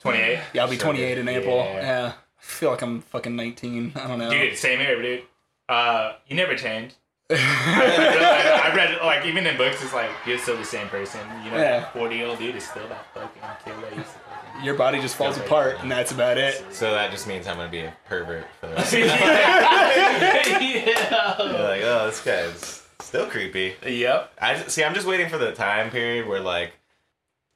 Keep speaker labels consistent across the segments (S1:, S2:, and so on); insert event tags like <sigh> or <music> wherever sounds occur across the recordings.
S1: 28.
S2: Yeah, I'll be
S1: Sure,
S2: 28 in
S1: dude.
S2: April.
S1: Yeah.
S2: Yeah. I feel like I'm fucking 19. I don't know.
S1: Dude, same here, dude. Uh, you never
S2: <laughs>
S1: changed. I read like even in books, it's like you're still the same person. You know,
S2: Yeah.
S1: that 40 year old dude is still that fucking kid that used to fucking.
S2: Your body just falls apart, and that's about it.
S3: So that just means I'm gonna be a pervert for the
S1: <laughs>
S3: rest. of
S1: yeah.
S3: You're like, oh, this guy's still creepy.
S2: <laughs>
S1: <laughs> Yep.
S3: I see. I'm just waiting for the time period where like,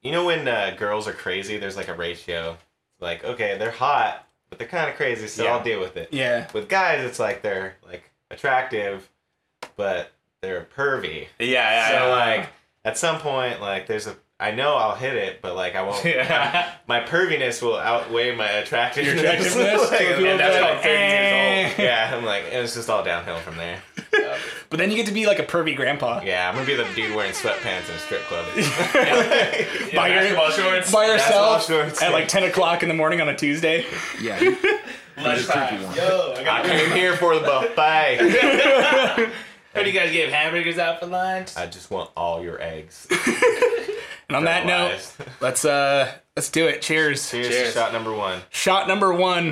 S3: you know, when uh, girls are crazy, there's like a ratio. Like, okay, they're hot, but they're kind of crazy, so
S1: Yeah.
S3: I'll deal with it.
S2: Yeah.
S3: With guys, it's like they're like attractive, but they're pervy.
S1: Yeah. yeah
S3: so
S1: yeah.
S3: like, at some point, like, there's a. I know I'll hit it, but like I
S1: <laughs> <laughs>
S3: won't.
S1: Yeah.
S3: My perviness will outweigh my
S2: <laughs>
S3: attractiveness.
S2: attractiveness to
S3: <laughs> Like,
S2: a people
S1: and that's
S3: I'm
S1: like
S3: like,
S1: 30 years old.
S2: Eh.
S3: yeah, I'm like, it's just all downhill from there.
S2: But then you get to be like a pervy grandpa.
S3: Yeah, I'm gonna be the dude wearing sweatpants in a strip <laughs> club.
S1: Yeah,
S2: By your-
S1: basketball shorts.
S2: By yourself
S3: Basketball shorts,
S2: at
S3: yeah.
S2: like <laughs> 10 o'clock in the morning on a Tuesday.
S4: Yeah, he's a
S1: lunchtime.
S4: creepy one.
S1: Yo, I
S3: I
S1: got.
S3: came here for the buffet.
S1: Heard you guys gave hamburgers out for lunch.
S3: I just want all your eggs.
S2: <laughs> And on that note,
S3: Lies.
S2: let's uh let's do it. Cheers.
S3: Here's
S1: Cheers.
S3: shot number one.
S2: Shot number one.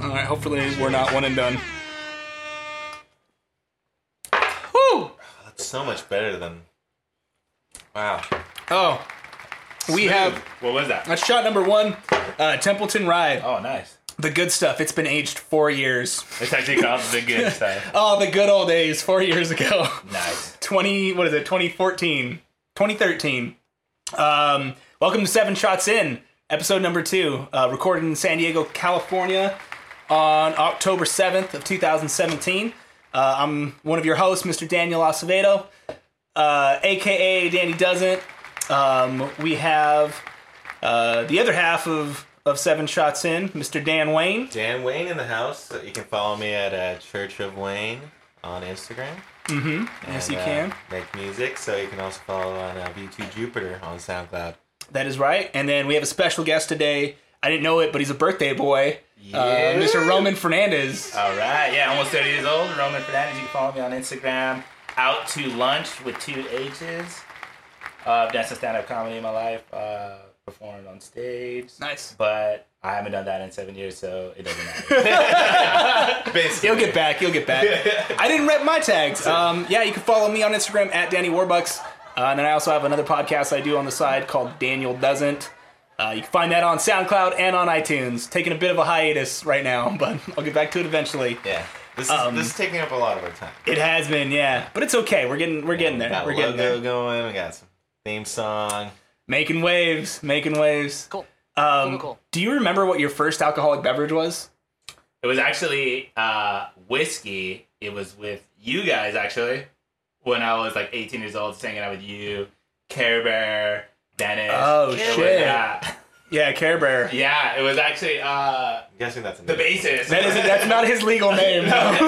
S2: All right. Hopefully we're not one and done. Woo!
S3: That's so much better than. Wow.
S2: Oh, we have
S1: what was that?
S2: that's shot number one. Uh, Templeton Ride,
S1: Oh, nice.
S2: the good stuff. It's been aged four years.
S1: It's actually called the good stuff.
S2: Oh, the good old days. Four years ago. <laughs>
S1: Nice.
S2: 20 what is it 2014 2013 um welcome to seven shots in episode number two uh, recorded in san diego california on october 7th of 2017 uh, i'm one of your hosts mr daniel acevedo uh, aka danny doesn't um, we have uh, the other half of of seven shots in mr dan wayne
S3: Dan Wayne in the house. You can follow me at uh, Church of Wayne on Instagram. Mm-hmm.
S2: Yes, you can.
S3: Make music, so you can also follow on uh, V2 Jupiter on SoundCloud.
S2: That is right. And then we have a special guest today. I didn't know it, but he's a birthday boy. Uh,
S3: Yeah.
S2: Mr. Roman Fernandez.
S1: All right, yeah, almost 30 years old. Roman Fernandez. You can follow me on Instagram. Out to lunch with two H's. Uh, I've done some stand-up comedy in my life. Uh, performed on stage.
S2: Nice.
S1: But I haven't done that in seven years, so it doesn't matter.
S3: Basically,
S2: He'll get back. He'll get back. I didn't rep my tags. Um, yeah, you can follow me on Instagram at Danny Warbucks. Uh, and then I also have another podcast I do on the side called Daniel Doesn't. Uh, you can find that on SoundCloud and on iTunes. Taking a bit of a hiatus right now, <laughs> but I'll get back to it eventually.
S3: Yeah. This is,
S2: Um,
S3: this is taking up a lot of our time.
S2: It has been, yeah, but it's okay. We're getting, we're getting
S3: We
S2: there.
S3: got a
S2: We're getting
S3: logo
S2: there.
S3: going. We got some theme song.
S2: Making waves, making waves.
S4: Cool.
S2: Um,
S4: Cool, cool.
S2: Do you remember what your first alcoholic beverage was?
S1: it was actually uh, whiskey. It was with you guys, actually, when I was like 18 years old, just hanging out with you, Care Bear, Dennis.
S2: Oh,
S1: It was,
S2: shit.
S1: Yeah.
S2: Yeah, Care Bear.
S1: yeah, it was actually uh,
S3: I'm guessing that's a
S1: the basis. <laughs>
S2: That is that's not his legal <laughs> name.
S1: That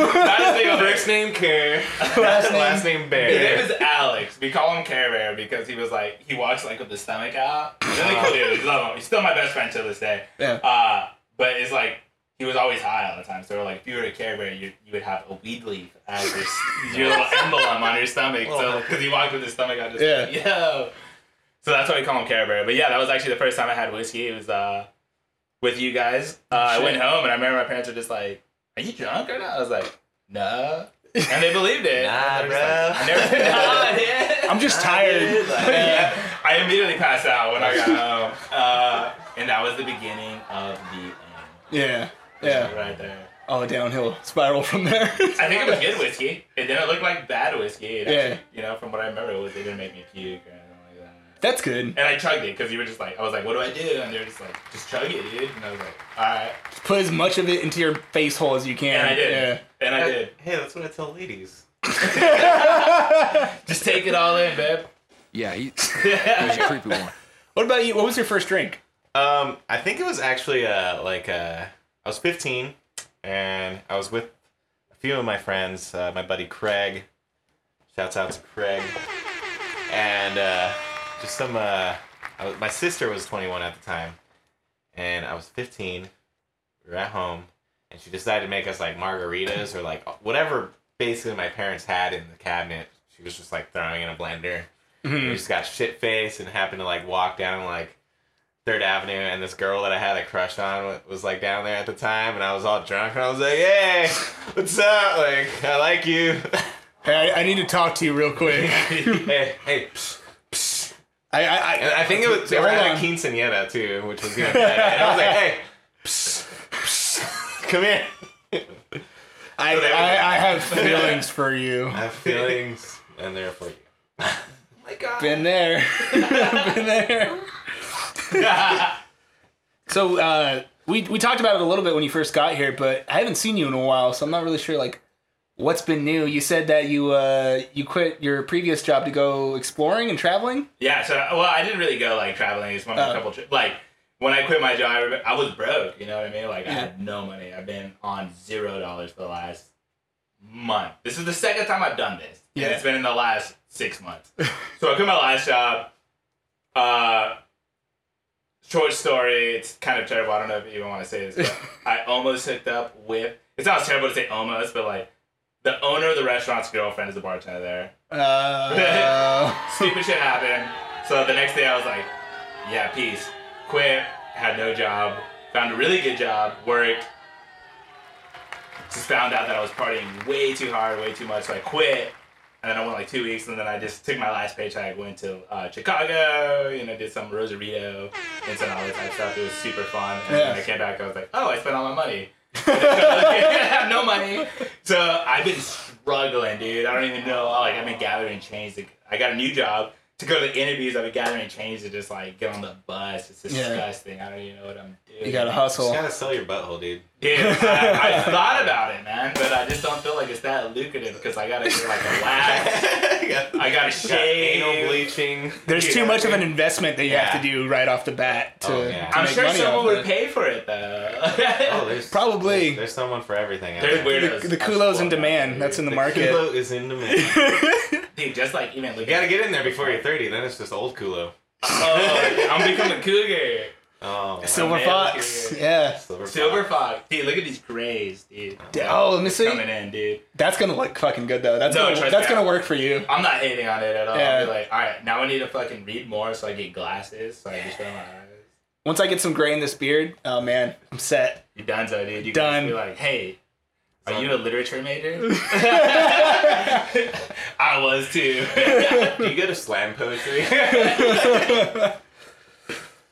S1: is the
S2: <laughs>
S3: First name Care. <laughs>
S2: Last name-
S3: Last name
S1: His
S3: Bear.
S1: name is Alex. We call him Care Bear because he was like he walks like with his stomach out. Really cool dude. Love him. He's still my best friend to this day.
S2: Yeah.
S1: Uh, but it's like he was always high all the time. So like if you were a Care Bear, you you would have a weed leaf as your, s- your little emblem on your stomach. So because he walked with his stomach out, just like, yo. So that's why we call him Care Bear. But yeah, that was actually the first time I had whiskey. It was uh with you guys. Uh, I
S2: Shit.
S1: went home and I remember my parents were just like, "Are you drunk or not?" I was like, "No." And they believed it.
S3: Nah,
S1: And I was just like, I
S3: bro.
S1: never, nah, yeah.
S2: I'm just tired.
S1: Yeah, I immediately passed out when I got home. Uh, and that was the beginning of the end.
S2: Yeah, yeah.
S1: Right there.
S2: Oh, downhill spiral from there.
S1: I think it was good whiskey. It didn't look like bad whiskey. It
S2: Yeah.
S1: actually, you know, from what I remember, it was it didn't make me puke or anything like that.
S2: <laughs> That's good.
S1: And I chugged it because you were just like, I was like, what do I do? And they were just like, just chug it, dude. And I was like, all right.
S2: Put as much of it into your face hole as you can.
S1: And I did. And I did.
S3: Hey, that's what I tell ladies.
S1: Just take it all in, babe.
S2: <laughs>
S5: Yeah, he, he was a creepy one.
S2: What about you? What was your first drink?
S3: Um, I think it was actually uh like uh I was 15 and I was with a few of my friends, uh, my buddy Craig. Shouts out to Craig. And uh just some uh I was, my sister was 21 at the time and I was 15. We were at home and she decided to make us like margaritas or like whatever basically my parents had in the cabinet. She was just like throwing in a blender.
S2: Mm-hmm.
S3: We just got shit faced and happened to like walk down like Third Avenue, and this girl that I had a crush on wa- was like down there at the time, and I was all drunk, and I was like, "Hey, what's up? Like, I like you. <laughs>
S2: Hey, I, I need to talk to you real quick.
S3: hey, hey." psst, psst."
S2: <laughs> I, I, I,
S3: And I think it was they were
S2: Hold
S3: at
S2: on.
S3: a quinceanera too, which was even better. And I was like, "Hey, psst, psst,
S2: <laughs>
S3: come here.
S2: I, I, I have feelings for you.
S3: I have feelings, and they're for you." my God.
S2: Been there. <laughs> Been <laughs> there. so uh, we we talked about it a little bit when you first got here, but I haven't seen you in a while, so I'm not really sure like what's been new. You said that you uh, you quit your previous job to go exploring and traveling.
S1: Yeah, so well, I didn't really go like traveling. I just went on
S2: Oh.
S1: a couple trips. Like when I quit my job, I remember- I was broke. You know what I mean? Like I
S2: Yeah.
S1: had no money. I've been on zero dollars for the last month. This is the second time I've done this.
S2: Yeah.
S1: and it's been in the last six
S2: <laughs>
S1: months. so I quit my last job. Uh, short story. It's kind of terrible. I don't know if you even want to say this,
S2: <laughs>
S1: but I almost hooked up with. It's not terrible to say almost, but like the owner of the restaurant's girlfriend is the bartender there <laughs>
S2: Uh,
S1: stupid shit happened. So the next day I was like, yeah, peace. Quit, had no job, found a really good job, worked. Just found out that I was partying way too hard, way too much, so I quit. And then I went like two weeks, and then I just took my last paycheck, went to uh, Chicago, you know, did some Rosarito, and some all that type of stuff. It was super fun. And then
S2: Yes.
S1: I came back, I was like, oh, I spent all my money. I have <laughs> no money. So I've been struggling, dude. I don't even know. Like I've been gathering change. To, I got a new job to go to the interviews. I've been gathering change to just like get on the bus. It's
S2: Yeah.
S1: disgusting. I don't even know what I'm doing.
S2: you gotta
S3: You
S2: hustle.
S3: just gotta sell your butthole, <laughs> dude.
S1: Dude,
S2: <laughs>
S1: I, I thought about it, man, but I just don't feel like it's that lucrative because I gotta get like a wax.
S2: <laughs>
S1: I gotta
S3: Got
S1: shave.
S3: anal bleaching.
S2: There's too
S1: Yeah.
S2: much of an investment that you have
S3: Yeah.
S2: to do right off the bat to,
S3: Oh, yeah.
S2: to
S1: I'm
S2: make
S1: sure
S2: money off
S1: someone would
S2: it.
S1: pay for it though.
S3: Oh, there's
S2: Probably.
S3: there's, there's someone for everything. out
S1: There's
S3: there.
S1: weirdos.
S2: The, the culo's in
S1: Absolutely.
S2: demand. That's in the,
S3: The
S2: market.
S3: Kulo is in demand.
S1: <laughs> Dude, just like even
S3: You gotta get in there before you're 30. Then it's just old Kulo.
S1: <laughs> Oh, I'm becoming cougar.
S2: <laughs>
S3: Oh,
S2: <laughs> Silver
S1: Yeah.
S2: fox. Yeah.
S3: silver,
S1: Silver fox. Dude, look at these grays, dude.
S2: Oh, let me see.
S1: Coming in, dude.
S2: That's gonna look fucking good though. That's
S1: No,
S2: gonna,
S1: trust
S2: that's
S1: me.
S2: gonna work for you.
S1: I'm not hating on it at all.
S2: Yeah.
S1: I'll be like, all right, now I need to fucking read more so I get glasses so I can show my eyes.
S2: Once I get some gray in this beard, oh man, I'm set.
S1: You done so, dude. You can
S2: Done.
S1: just be like, hey, are you a literature
S2: <laughs>
S1: major? <laughs> I was too. <laughs>
S3: Do you go to slam poetry?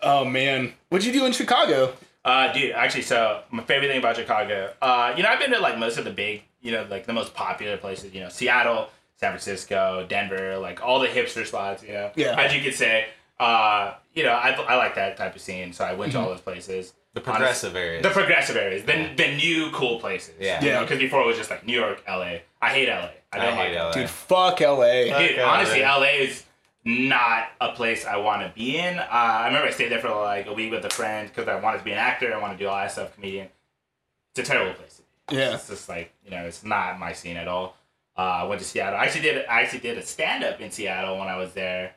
S2: Oh man, what'd you do in Chicago?
S1: Uh, dude, actually, so my favorite thing about Chicago, uh, you know, I've been to like most of the big, you know, like the most popular places, you know, Seattle, San Francisco, Denver, like all the hipster spots, you know,
S2: Yeah.
S1: as you could say, uh, you know, I, I like that type of scene, so I went
S2: Mm-hmm.
S1: to all those places.
S3: The progressive areas.
S1: The progressive areas, the, the new cool places.
S3: Yeah.
S2: Yeah.
S1: Because before it was just like New York, LA. I hate LA. I
S3: I
S1: don't
S3: hate
S1: like
S3: LA.
S2: Dude, fuck LA.
S1: Dude,
S3: Fuck
S1: honestly,
S3: LA.
S1: LA is not a place I want to be in. Uh, I remember I stayed there for like a week with a friend because I wanted to be an actor. I want to do all that stuff, comedian. It's a terrible place. to be.
S2: Yeah.
S1: It's just like you know, it's not my scene at all. Uh, I went to Seattle. I actually did. I actually did a stand up in Seattle when I was there.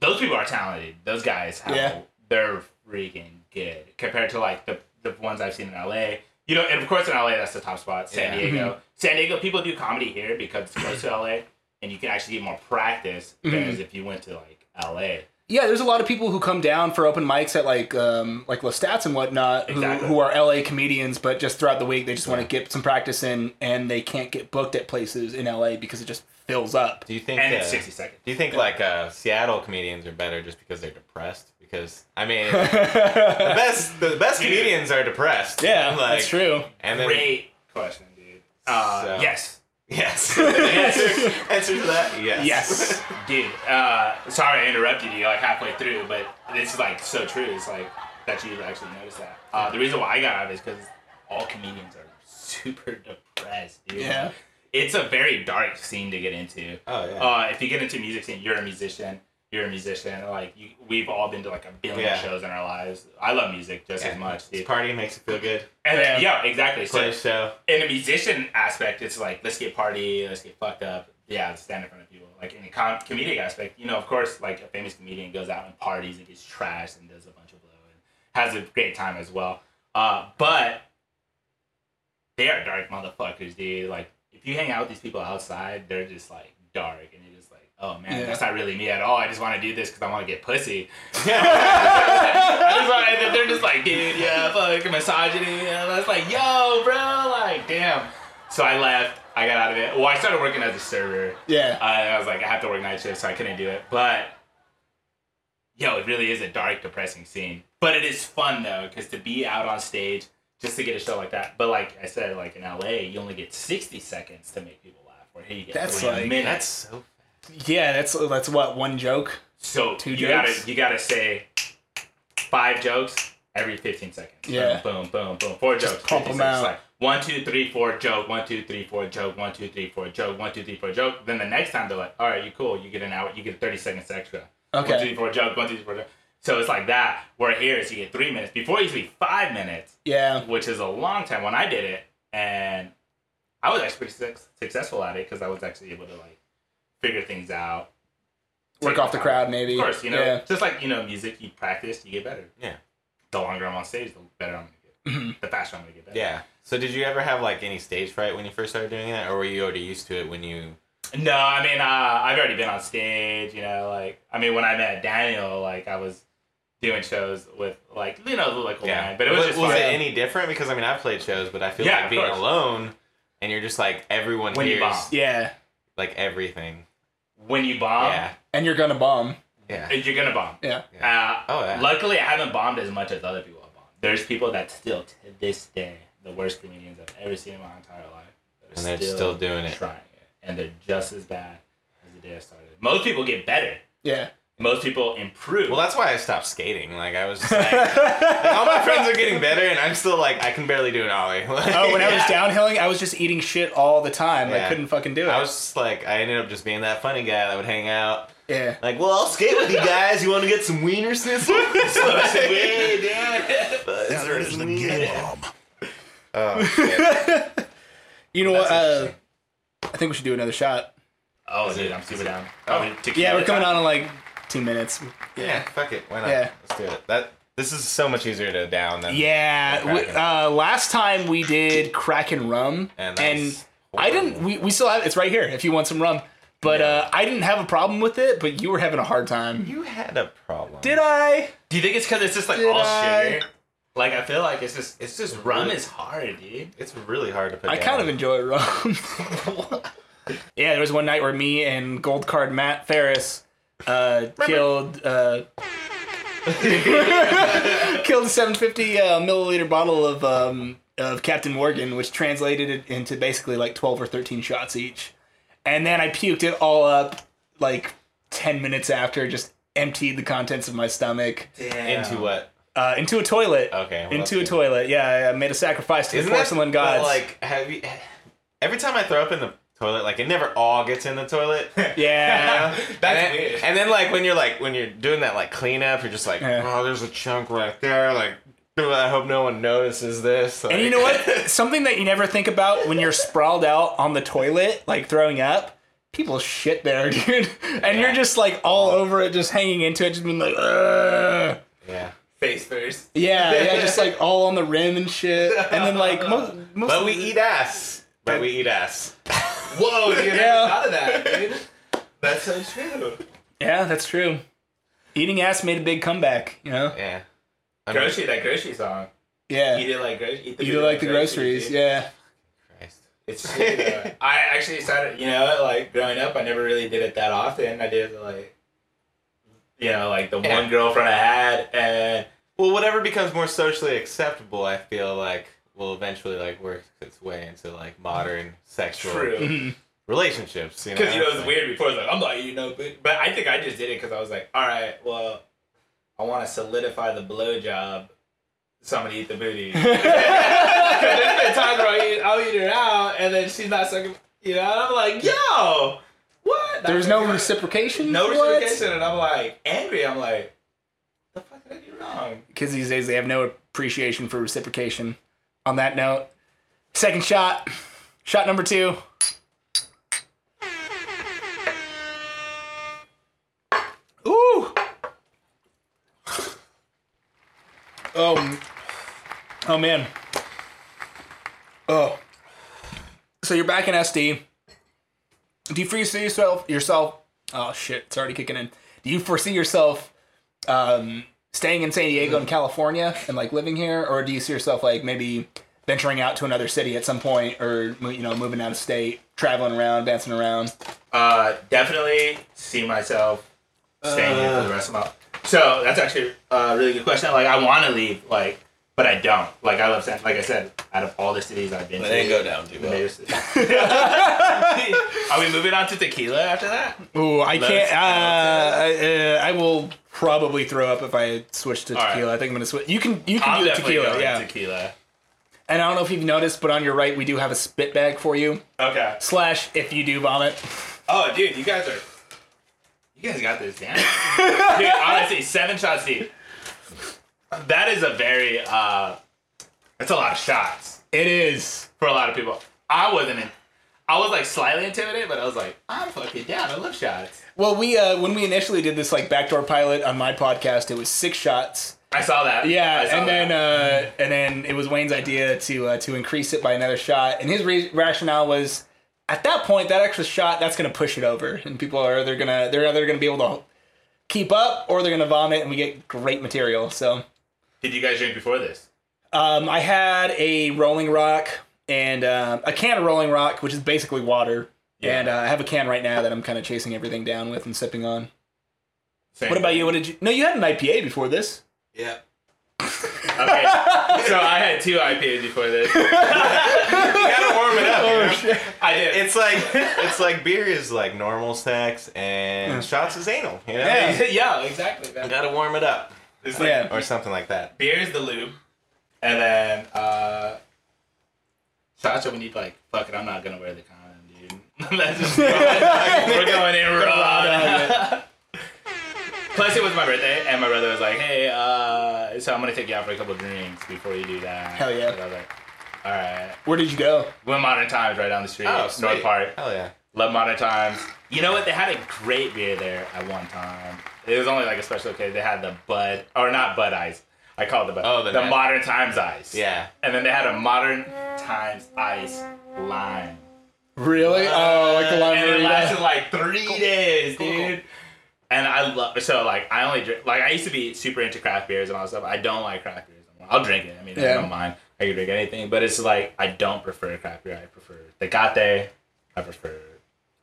S1: Those people are talented. Those guys, have,
S2: Yeah.
S1: they're freaking good compared to like the the ones I've seen in LA. You know, and of course in LA that's the top spot. San
S3: Yeah.
S1: Diego. San Diego people do comedy here because it's close to LA, and you can actually get more practice than as if you went to like LA.
S2: Yeah, there's a lot of people who come down for open mics at like um like Lestats and whatnot who,
S1: Exactly.
S2: who are LA comedians, but just throughout the week they just want to get some practice in, and they can't get booked at places in LA because it just fills up.
S1: <laughs>
S2: <laughs>
S3: Do you think?
S1: And it's
S3: uh,
S1: sixty seconds.
S3: do you think like uh, Seattle comedians are better just because they're depressed? Because I mean, the best the best comedians are depressed.
S2: Yeah,
S3: Like,
S2: that's true.
S3: And then
S1: Great question, dude. Uh,
S3: So-
S1: Yes,
S3: <laughs> Yes. answer, answer to that?
S1: <laughs>
S3: Yes.
S2: Yes.
S1: Dude, uh, sorry I interrupted you like halfway through, but this is like so true. It's like that you actually noticed that. Uh, the reason why I got out of it is because all comedians are super depressed, dude.
S2: Yeah.
S1: It's a very dark scene to get into.
S3: <laughs> Oh, yeah.
S1: Uh, if you get into music scene, you're a musician. You're a musician. Like you, we've all been to like a billion
S3: Yeah.
S1: shows in our lives. I love music just as
S3: Yeah.
S1: much,
S3: It's
S1: dude.
S3: party makes you feel good.
S1: And then, yeah, exactly.
S3: Play
S1: So
S3: a show.
S1: in a musician aspect, it's like let's get party, let's get fucked up. Yeah, let's stand in front of people. Like in a com- comedic aspect, you know, of course, like a famous comedian goes out and parties and gets trashed and does a bunch of blow and has a great time as well. Uh, but they are dark motherfuckers, dude. Like if you hang out with these people outside, they're just like dark and you're just like, oh man,
S2: Yeah.
S1: that's not really me at all. I just want to do this because I want to get pussy. <laughs> I just
S3: yeah.
S1: want- and they're just like, dude, yeah, fuck, misogyny. And I was like, yo, bro, like, damn. So I left. I got out of it. Well, I started working as a server.
S2: Yeah.
S1: Uh, and I was like, I have to work night shift, so I couldn't do it. But yo, it really is a dark, depressing scene. But it is fun though, because to be out on stage just to get a show like that. But like I said, like in LA, you only get sixty seconds to make people laugh. Where here you get
S2: That's
S1: three
S2: like-
S1: minutes.
S3: That's so.
S2: Yeah, that's that's what one joke.
S1: So
S2: Two
S1: you
S2: jokes?
S1: gotta you gotta say five jokes every fifteen seconds. Boom,
S2: Yeah.
S1: Boom, boom, boom. Four
S2: Just
S1: jokes.
S2: pump
S1: 15
S2: them
S1: seconds.
S2: out.
S1: Like, one, two, three, four, joke. One, two, three, four, joke. One, two, three, four, joke. One, two, three, four, joke. Then the next time they're like, all right, you cool. You get an hour. You get thirty seconds extra. One, two,
S2: Okay.
S1: three, four, joke. One, two, three, four, joke. So it's like that. Where here is you get three minutes. Before it used to be five minutes,
S2: Yeah.
S1: which is a long time when I did it, and I was actually pretty suc- successful at it because I was actually able to like figure things out.
S2: Work
S1: take
S2: off the
S1: my time.
S2: crowd, maybe.
S1: Of course, you know,
S2: Yeah.
S1: just like you know, music, you practice, you get better.
S3: Yeah. Mm-hmm.
S1: The longer I'm on stage, the better I'm gonna get. The faster I'm gonna get better.
S3: Yeah. So did you ever have like any stage fright when you first started doing that, or were you already used to it when you?
S1: No, I mean, uh, I've already been on stage. You know, like I mean, when I met Daniel, like I was doing shows with like you know the local band, but it was, just
S3: was
S1: fun.
S3: it any different? Because I mean, I've played shows, but I feel
S1: Yeah,
S3: like
S1: of
S3: being
S1: course.
S3: alone, and you're just like everyone
S1: When you
S3: hears
S1: bomb.
S2: Yeah.
S3: like everything.
S1: when you bomb,
S3: yeah.
S2: And you're gonna bomb.
S3: Yeah.
S1: you're gonna bomb.
S2: Yeah.
S1: Uh,
S3: Oh, yeah.
S1: Luckily, I haven't bombed as much as other people have bombed. There's people that still to this day the worst comedians I've ever seen in my entire life. that are
S3: And they're still doing it.
S1: trying it, and they're just as bad as the day I started. Most people get better.
S2: Yeah.
S1: Most people improve.
S3: Well, that's why I stopped skating. Like I was
S1: <laughs>
S3: just like, like, all my friends are getting better, and I'm still like I can barely do an ollie. <laughs> Like,
S2: Oh, when I was
S1: Yeah.
S2: downhilling, I was just eating shit all the time. I
S3: Yeah.
S2: couldn't fucking do it.
S3: I was just like I ended up just being that funny guy that would hang out.
S2: yeah.
S3: Like, well, I'll skate with you guys. You want to get some wiener <laughs> schnitzel? hey, dad. There's the Oh, shit.
S2: You know what?
S3: That's
S2: Uh, I think we should do another shot.
S1: oh, dude, I'm super down. Oh, we- tequila
S2: Yeah, we're coming
S1: shot.
S2: on in like two minutes.
S3: yeah, fuck it. Why not?
S2: Yeah.
S3: Let's do it. That this is so much easier to down than
S2: Yeah. We, uh, last time we did crack and rum,
S3: And
S2: and,
S3: that was
S2: I
S3: horrible.
S2: didn't. We, we still have it's right here if you want some rum. But uh, I didn't have a problem with it, but you were having a hard time.
S3: You had a problem.
S2: Did I?
S1: Do you think it's because it's just like
S2: Did
S1: all
S2: I-
S1: sugar? Like I feel like it's just
S3: It's just
S1: rum
S3: really-
S1: is hard, dude.
S3: It's really hard to put.
S2: I
S3: down.
S2: kind of enjoy rum. <laughs> yeah, there was one night where me and Gold Card Matt Ferris uh, killed uh, <laughs> killed a 750 uh, milliliter bottle of um, of Captain Morgan, which translated it into basically like 12 or 13 shots each. And then I puked it all up like 10 minutes after, just emptied the contents of my stomach
S1: Damn.
S3: into what?
S2: uh, into a toilet.
S3: Okay, well, that's
S2: into a
S3: good.
S2: toilet. Yeah, I made a sacrifice to the
S3: that-
S2: porcelain
S3: but,
S2: gods.
S3: like, have you? Every time I throw up in the toilet, like it never all gets in
S2: <laughs>
S3: the toilet. <laughs>
S2: yeah.
S3: That's and, then, and then like when you're like when you're doing that like cleanup, you're just like,
S2: Yeah.
S3: oh, there's a chunk right there. Like, "Oh, I hope no one notices this.
S2: And you
S3: like-
S2: know what? Something that you never think about when you're sprawled out on the toilet, like throwing up, people shit there, <laughs> dude. And you're just like all over it, just hanging into it, just being like, Ugh.
S3: Yeah.
S1: face first.
S2: yeah, yeah, just like all on the rim and shit. And then like most, most
S3: But we eat ass. But we eat ass.
S1: Whoa, dude! I
S2: Yeah.
S1: never thought of that, dude. That's so true.
S2: yeah, that's true. Eating ass made a big comeback, you know.
S3: Yeah. I mean,
S1: Grocery, that grocery song.
S2: Yeah,
S1: Eat it like grocery. Eat the
S2: you
S1: food
S2: do like the groceries,
S1: dude.
S2: yeah.
S3: Christ.
S1: It's true. though. I actually started, you know, like growing up, I never really did it that often. I did like, you know, like the
S3: Yeah.
S1: one girlfriend I had, and
S3: Well, whatever becomes more socially acceptable, I feel like will eventually like work its way into like modern
S2: <laughs>
S3: sexual
S1: True.
S3: relationships. You know,
S1: Because you know
S3: It's
S1: it's weird before it's like I'm not you know, but, but I think I just did it because I was like, all right, well, I want to solidify the blowjob. Somebody eat the
S2: <laughs>
S1: booty. <laughs> 'Cause there's been times where I eat, I'll eat her out, and then she's not sucking. You know, and I'm like, yo, what?
S2: There
S1: <laughs>
S2: was no reciprocation.
S1: no reciprocation, and I'm like angry. I'm like, the fuck did I do wrong?
S2: Because these days they have no appreciation for reciprocation. On that note, second shot, shot number two. Ooh. Oh. Oh man. Oh. So you're back in SD. Do you foresee yourself yourself? Oh shit! It's already kicking in. Do you foresee yourself um, staying in San Diego and California and like living here, or do you see yourself like maybe venturing out to another city at some point, or mo- you know moving out of state, traveling around, dancing around?
S1: Uh, definitely see myself staying here for the rest of my life. So that's actually a really good question. Like, I want to leave, like, but I don't. Like, I love San. Like I said, out of all the cities I've been
S6: It
S1: to,
S6: didn't go down too
S1: the
S6: well.
S1: major cities. <laughs> Are we moving on to tequila after that?
S2: Ooh, I
S6: can't-
S2: can't. Uh, uh, I will probably throw up if I switch to
S1: right.
S2: tequila. I think I'm gonna switch. You can you can
S1: I'm
S2: do
S1: definitely
S2: tequila,
S1: going
S2: yeah.
S1: tequila.
S2: and I don't know if you've noticed, but on your right we do have a spit bag for you.
S1: Okay.
S2: Slash, if you do vomit.
S1: Oh, dude, you guys are. You guys got this
S2: <laughs>
S1: down. dude, honestly, seven shots deep. That is a very. uh That's a lot of shots.
S2: It is.
S1: for a lot of people. I wasn't. In, I was like slightly intimidated, but I was like, I'm fucking down. I love shots.
S2: Well, we uh, when we initially did this like backdoor pilot on my podcast, it was six shots.
S1: I saw that.
S2: Yeah,
S1: I saw
S2: and then
S1: that.
S2: uh, and then it was Wayne's idea to uh, to increase it by another shot, and his re- rationale was at that point that extra shot that's going to push it over, and people are either gonna they're either going to be able to keep up or they're going to vomit, and we get great material. So
S1: did you guys drink before this?
S2: um, I had a Rolling Rock and uh, a can of Rolling Rock, which is basically water,
S1: Yeah.
S2: and uh, I have a can right now that I'm kind of chasing everything down with and sipping on.
S1: Same.
S2: What about you? What did you? No, you had an IPA before this.
S3: <laughs>
S6: Yeah.
S2: <laughs>
S1: Okay. so I had two IPAs before this. I
S3: gotta warm it up. you
S2: Oh,
S3: know?
S1: did.
S3: It's like it's like beer is like normal sex and shots is anal. You know,
S2: Yeah.
S1: <laughs> yeah, exactly.
S3: you
S1: Man.
S3: gotta warm it up
S1: It's like
S2: yeah.
S3: or something like that.
S1: beer is the lube, and then uh, shots are when you like, fuck it, I'm not gonna wear the condom, dude. <laughs> Let's
S3: <laughs>
S1: just go. We're going in
S2: Uh,
S1: raw. Plus, it was my birthday, and my brother was like, "Hey, uh, so I'm gonna take you out for a couple drinks before you do that."
S2: Hell yeah.
S1: And I was like, "All right."
S2: Where did you go?
S1: Went modern times right down the street, North
S3: Oh, sweet.
S1: Park.
S3: Hell yeah.
S1: Love modern times. You know what? They had a great beer there at one time. It was only like a special occasion. They had the Bud, or not Bud Ice. I call it the Bud.
S3: Oh, the
S1: the
S3: nat-
S1: modern times ice.
S3: Yeah.
S1: And then they had a modern times ice lime.
S2: Really?
S3: Uh,
S2: oh, like the
S1: and it
S2: library.
S1: lasted like three days, dude. And I love so like I only drink like I used to be super into craft beers and all that stuff. I don't like craft beers. I'll drink it. I mean,
S2: Yeah.
S1: I don't mind. I can drink anything, but it's like I don't prefer craft beer. I prefer the Gatte. I prefer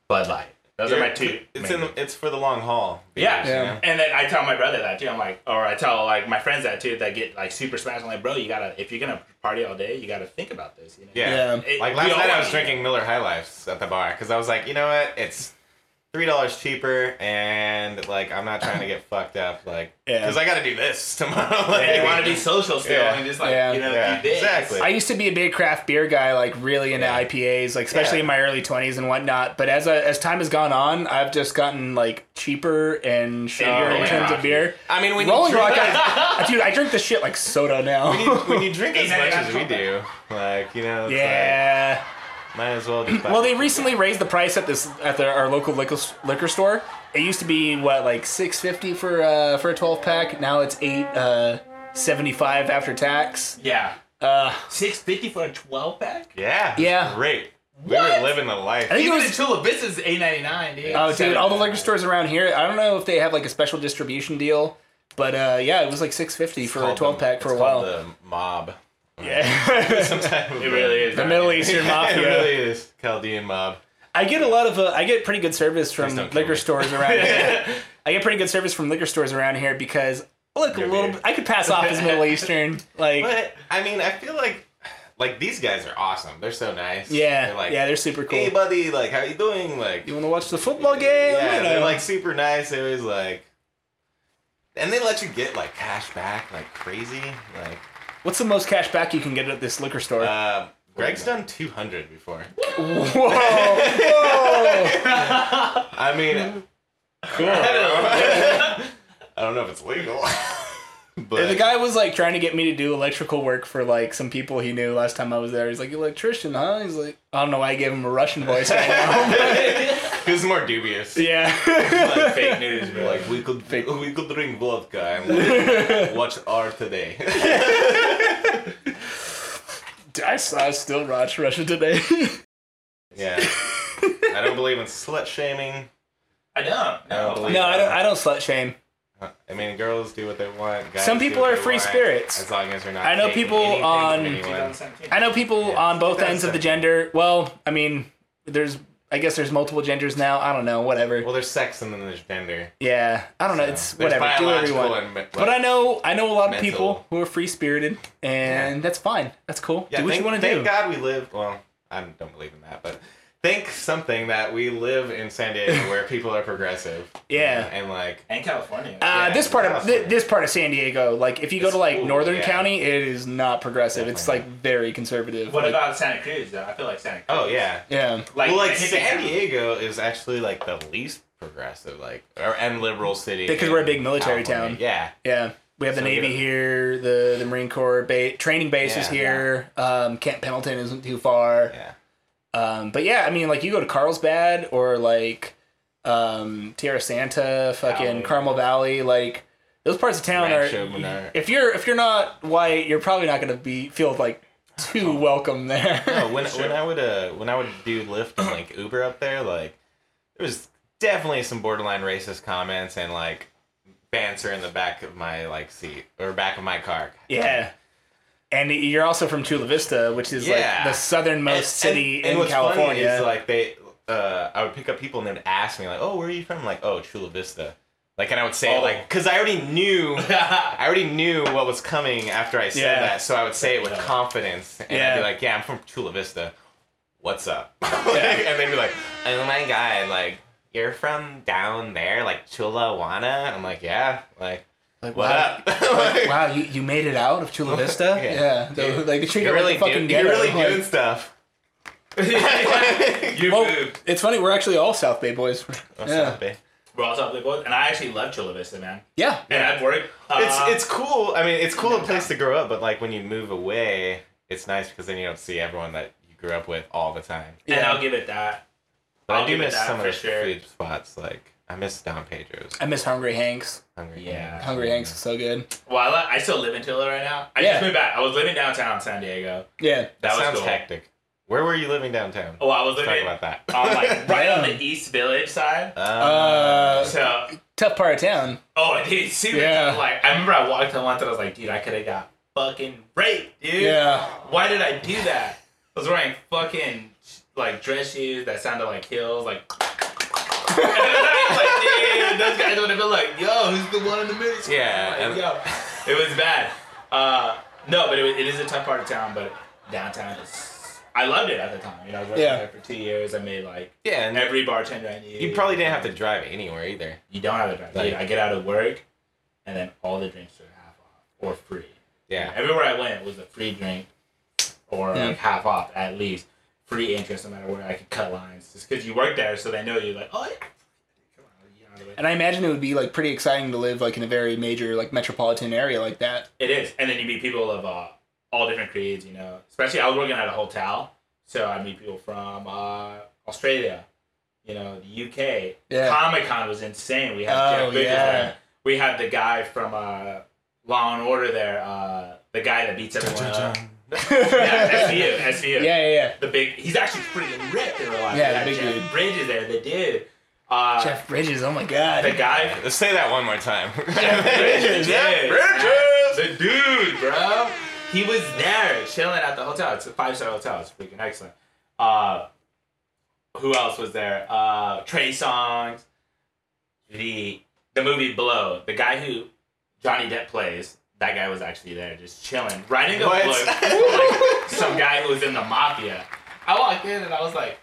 S1: Bud Light. Those are my two.
S3: It's
S1: main
S3: in
S1: beers.
S3: the, it's for the long haul. beers,
S1: yeah.
S3: you
S2: Yeah.
S3: know?
S1: And then I tell my brother that too. I'm like, or I tell like my friends that too. That get like super smashed. I'm like, bro, you gotta if you're gonna party all day, you gotta think about this. You know?
S3: Yeah.
S2: Yeah.
S1: It-
S3: Like
S1: we
S3: last
S1: all
S3: night, I
S1: wanna
S3: was
S1: do <laughs>
S3: drinking Miller High Lifes at the bar because I was like, you know what? It's three dollars cheaper, and like I'm not trying to get fucked up, like
S2: Yeah.
S3: because I got to do this <laughs> tomorrow. like,
S1: that. And you want to be social still
S3: Yeah.
S1: and just like
S2: Yeah.
S1: you know
S3: Yeah,
S1: do this.
S3: exactly.
S2: I used to be a big craft beer guy, like really into
S3: Yeah.
S2: IPAs, like especially
S3: Yeah.
S2: in my early twenties and whatnot. But as I, as time has gone on, I've just gotten like cheaper and shittier in
S1: Rolling
S2: terms
S1: Rock.
S2: of beer.
S3: Oh, I mean, when
S2: Rolling
S3: you
S2: Rock,
S3: drink,
S2: I, <laughs> dude, I drink this shit like soda now.
S3: when, you, <laughs> when you drink as
S1: Yeah,
S3: much
S1: yeah,
S3: as we do, like you know, it's
S2: <laughs> yeah.
S3: like, might as well just. Buy
S2: Well, they recently raised the price at this at the, our local liquor, liquor store. It used to be what like six fifty for uh, for a twelve pack. Now it's eight uh, seventy five after tax.
S1: Yeah.
S2: Uh,
S1: Six fifty for a twelve pack?
S3: yeah,
S2: Yeah.
S3: great. We
S1: What?
S3: were living the life.
S2: I think it
S1: Even
S2: was
S1: in Chula Vista is eight ninety nine, dude.
S2: Oh, dude,
S1: Seven.
S2: all the liquor stores around here. I don't know if they have like a special distribution deal, but uh, yeah, it was like six fifty for a
S3: Called
S2: twelve
S3: them-
S2: pack for
S3: it's
S2: a while.
S3: called The
S1: <laughs>
S3: mob. <laughs>
S2: yeah,
S1: It really is.
S2: <laughs> the Middle Eastern
S3: it
S2: mafia.
S3: really is Chaldean mob.
S2: I get a lot of uh, I get pretty good service from
S3: Please don't kill
S2: liquor
S3: me.
S2: stores around here.
S3: <laughs>
S2: I get pretty good service from liquor stores around here because I look a
S3: Good
S2: little.
S3: beer. <laughs>
S2: bit- I could pass off as Middle Eastern, like
S3: But I mean, I feel like Like these guys are awesome. They're so nice.
S2: Yeah,
S3: They're like,
S2: yeah, they're super cool.
S3: Hey buddy, like how you doing? Like
S2: you want to watch the football game?
S3: yeah,
S2: You
S3: they're
S2: know.
S3: like super nice. They always like, and they let you get like cash back like crazy. Like
S2: what's the most cash back you can get at this liquor store?
S3: uh, Greg's done two hundred before.
S2: <laughs> Whoa, whoa!
S3: I mean,
S1: Cool. yeah,
S3: I don't know <laughs> if it's legal, <laughs> but
S2: the guy was like trying to get me to do electrical work for like some people he knew last time I was there. He's like electrician, huh? He's like, I don't know why I gave him a Russian voice right
S3: <laughs>
S2: now.
S3: <laughs> this is more dubious.
S2: yeah, <laughs>
S1: like fake
S3: <laughs>
S1: news, bro.
S3: Like we could we could drink vodka
S2: <laughs>
S3: and watch art today. <laughs>
S2: I, I still watch Russia today. <laughs>
S3: yeah, I don't believe in slut shaming.
S1: <laughs> I don't.
S3: I don't
S1: No.
S3: believe
S2: no, I don't. I don't slut shame.
S3: I mean, girls do what they want. Guys
S2: Some
S3: do
S2: people
S3: what
S2: are
S3: they
S2: free
S3: want,
S2: spirits.
S3: As long as they're not.
S2: I know
S3: taking
S2: people
S3: anything from
S2: on-
S3: anyone.
S1: 2017.
S2: I know people
S3: Yeah.
S2: on both
S3: That's
S2: ends of the
S3: definitely-
S2: gender. Well, I mean, there's I guess there's multiple genders now. I don't know, whatever.
S3: Well, there's sex and then there's gender.
S2: yeah, I don't know. It's
S3: There's
S2: whatever. Do what you
S3: biological
S2: want.
S3: and, like,
S2: but I know I know a lot
S3: mental.
S2: of people who are free spirited, and that's fine. That's cool.
S3: Yeah,
S2: do what
S3: thank,
S2: you want to
S3: thank
S2: do.
S3: God we live. Well, I don't believe in that, but thank something that we live in
S2: <laughs>
S3: San Diego where people are progressive.
S2: Yeah.
S3: And like,
S1: And California.
S2: Uh,
S3: Yeah,
S2: this part of
S3: California.
S2: th- this part of San Diego, like if you go
S3: It's
S2: to like
S3: cool,
S2: Northern
S3: yeah.
S2: County, it is not progressive. It's like
S3: Definitely.
S2: very conservative.
S1: what
S2: like-
S1: about Santa Cruz though? I feel like Santa Cruz.
S3: oh yeah.
S2: Yeah,
S1: Like,
S3: well, like
S1: the hippie
S3: San
S1: town. <laughs>
S3: Diego is actually like the least progressive, like or and liberal city.
S2: Because
S3: in
S2: we're a big military town.
S3: California. Yeah.
S2: yeah. We have the
S3: So
S2: Navy
S3: good.
S2: here, the the Marine Corps ba- training base is
S3: Yeah.
S2: here. Um, Camp Pendleton isn't too far.
S3: Yeah.
S2: Um, but yeah, I mean, like you go to Carlsbad or like um, Tierra Santa, fucking
S3: Valley.
S2: Carmel Valley, like those parts of town
S3: Rancho
S2: are.
S3: Menard.
S2: If you're if you're not white, you're probably not gonna be feel like too welcome there. <laughs>
S3: No, when when I would uh when I would do Lyft and like Uber up there, like there was definitely some borderline racist comments and like banter in the back of my like seat or back of my car.
S2: yeah. And you're also from Chula Vista, which is
S3: Yeah.
S2: like the southernmost city
S3: And-
S2: in
S3: and what's funny
S2: California.
S3: is, like they, uh, I would pick up people and they would ask me like, "Oh, where are you from?" Like, "Oh, Chula Vista." Like, and I would say it,
S1: Oh.
S3: like, because I already
S2: <laughs>
S3: knew, I already knew what was coming after I said
S2: Yeah.
S3: that, so I would say it with confidence, and I'd
S2: Yeah.
S3: be like, "Yeah, I'm from Chula Vista. What's up?" <laughs> Like, And they'd be like, "Oh my god, like you're from down there, like Chulawana?" I'm like, "Yeah, like."
S2: Like,
S3: What
S2: wow,
S3: up? <laughs>
S2: like, wow, you, you made it out of Chula Vista?
S3: Yeah.
S2: yeah. They,
S3: Dude,
S2: like, they treat
S3: You're
S2: it like
S3: really,
S2: the fucking
S3: doing, you're really
S2: ghetto, like- <laughs>
S3: doing stuff. <laughs>
S1: you
S2: Well,
S1: moved.
S2: it's funny. We're actually all South Bay boys.
S3: What's
S2: yeah.
S3: up, babe?
S1: We're all top of the board, and I actually love Chula Vista, man.
S2: Yeah.
S1: And I've worked. Uh,
S3: It's it's cool. I mean, it's cool a place to grow up, but like when you move away, it's nice because then you don't see everyone that you grew up with all the time.
S1: and
S2: Yeah.
S1: I'll give it that.
S3: But
S1: I'll
S3: I do
S1: give it
S3: miss
S1: that
S3: some of
S1: for
S3: the
S1: sure.
S3: food spots. Like I miss Don Pedro's.
S2: I miss Hungry Hanks.
S3: Hungry
S1: Yeah.
S3: Hands.
S2: Hungry Hanks is so good.
S1: Well, I, li- I still live in Tula right now. I
S2: Yeah.
S1: just moved back. I was living downtown San Diego.
S2: Yeah.
S3: That,
S1: That was
S3: sounds
S1: cool.
S3: hectic. Where were you living downtown?
S1: Oh, I was
S3: Talk
S1: living
S3: about that. Um,
S1: on like
S3: <laughs>
S1: right on
S2: Damn.
S1: the East Village side.
S2: Uh,
S1: So,
S2: tough part of town.
S1: oh, I did see
S2: Yeah.
S1: that. Like, I remember I walked in once and I was like, dude, I could have got fucking raped, dude. Why did I do that? I was wearing fucking like dress shoes that sounded like heels, like. <laughs> And then I was like, dude, those guys would have been like, yo, who's the one in the middle?
S2: oh
S3: yeah,
S1: Like,
S3: and-
S1: yo, it was bad. Uh, no, but it, was, it is a tough part of town, but downtown is. I loved it at the time. You know, I was working
S2: Yeah.
S1: there for two years. I made like
S3: yeah, and
S1: every bartender I knew.
S3: you probably didn't have to drive anywhere either.
S1: You don't have to drive.
S3: Like-
S1: Dude, I get out of work, and then all the drinks are half off or free.
S3: Yeah,
S1: Everywhere I went was a free drink or
S2: Yeah.
S1: like half off at least. Free entrance, no matter where I could cut lines. Just because you work there, so they know you. Like, oh yeah. Come on, you know what I mean?
S2: And I imagine it would be like pretty exciting to live like in a very major like metropolitan area like
S3: <laughs>
S2: that.
S1: It is, and then you meet people of uh, all different creeds. You know, especially I was working at a hotel, so I meet people from uh, Australia, you know, the UK.
S2: Yeah.
S1: Comic Con was insane. We had
S2: Oh,
S1: Jeff Bridges
S2: yeah.
S1: there. We had the guy from uh, Law and Order there. Uh, the guy that beats everyone up. Yeah, E
S2: yeah,
S1: SVU, SVU.
S2: <laughs> yeah, yeah.
S1: The big, he's actually freaking ripped in real life.
S2: Yeah, the
S1: That
S2: big
S1: Jeff
S2: dude.
S1: Bridges there, the dude. Uh,
S2: Jeff Bridges, oh my god.
S1: The guy.
S3: Let's say that one more time.
S1: Bridges,
S3: <laughs> Yeah,
S1: dude.
S3: Bridges!
S1: The dude, bro. He was there chilling at the hotel. It's a five star hotel. It's freaking excellent. Uh, who else was there? Uh, Trey Songs. The the movie Blow. The guy who Johnny Depp plays. that guy was actually there, just chilling, writing a
S3: What?
S1: book.
S3: <laughs>
S1: like, some guy who was in the mafia. I walked in and I was like,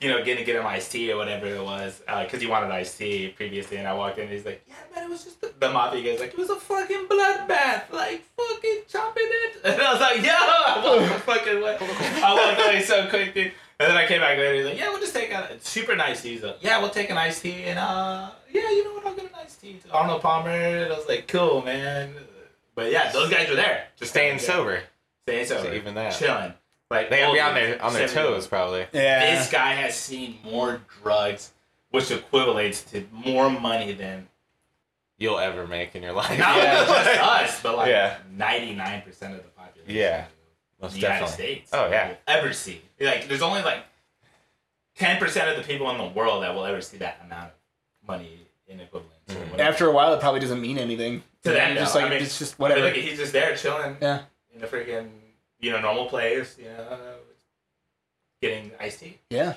S1: you know, getting to get him iced tea or whatever it was, because he wanted iced tea previously. And I walked in and he's like, yeah, man, it was just the, the mafia guy's like, it was a fucking bloodbath, like fucking chopping it. <laughs> And I was like, yo, I walked the fucking way. I walked away so quick, dude. And then I came back later. He's like, "Yeah, we'll just take a super nice tea." He's like, "Yeah, we'll take an iced tea." And uh, yeah, you know what? I'll get an iced tea. To Arnold Palmer. And I was like, "Cool, man." But yeah, those guys were there, just
S3: Staying
S1: kinda
S3: sober.
S1: Staying sober,
S3: So even that.
S1: chilling. Like
S3: They gotta be
S1: older,
S3: on their on their
S1: 70.
S3: toes probably.
S2: Yeah.
S1: This guy has seen more drugs, which equivalates to more money than
S3: You'll ever make in your
S1: <laughs>
S3: life. <laughs>
S1: not
S2: Yeah.
S1: just us, but
S3: Yeah.
S1: like ninety nine percent of the population.
S3: Yeah.
S1: of
S3: Most
S1: the United
S3: definitely.
S1: States.
S3: Oh, yeah.
S1: will Ever see? Like, there's only like ten percent of the people in the world that will ever see that amount of money in equivalent. or
S3: Mm-hmm.
S1: whatever.
S2: After a while, it probably doesn't mean anything.
S1: to
S2: You know,
S1: them,
S2: just
S1: though.
S2: like
S1: I mean,
S2: it's just whatever.
S1: Look, he's just there chilling
S2: yeah.
S1: in a freaking you know normal place. You know, getting iced tea.
S2: Yeah.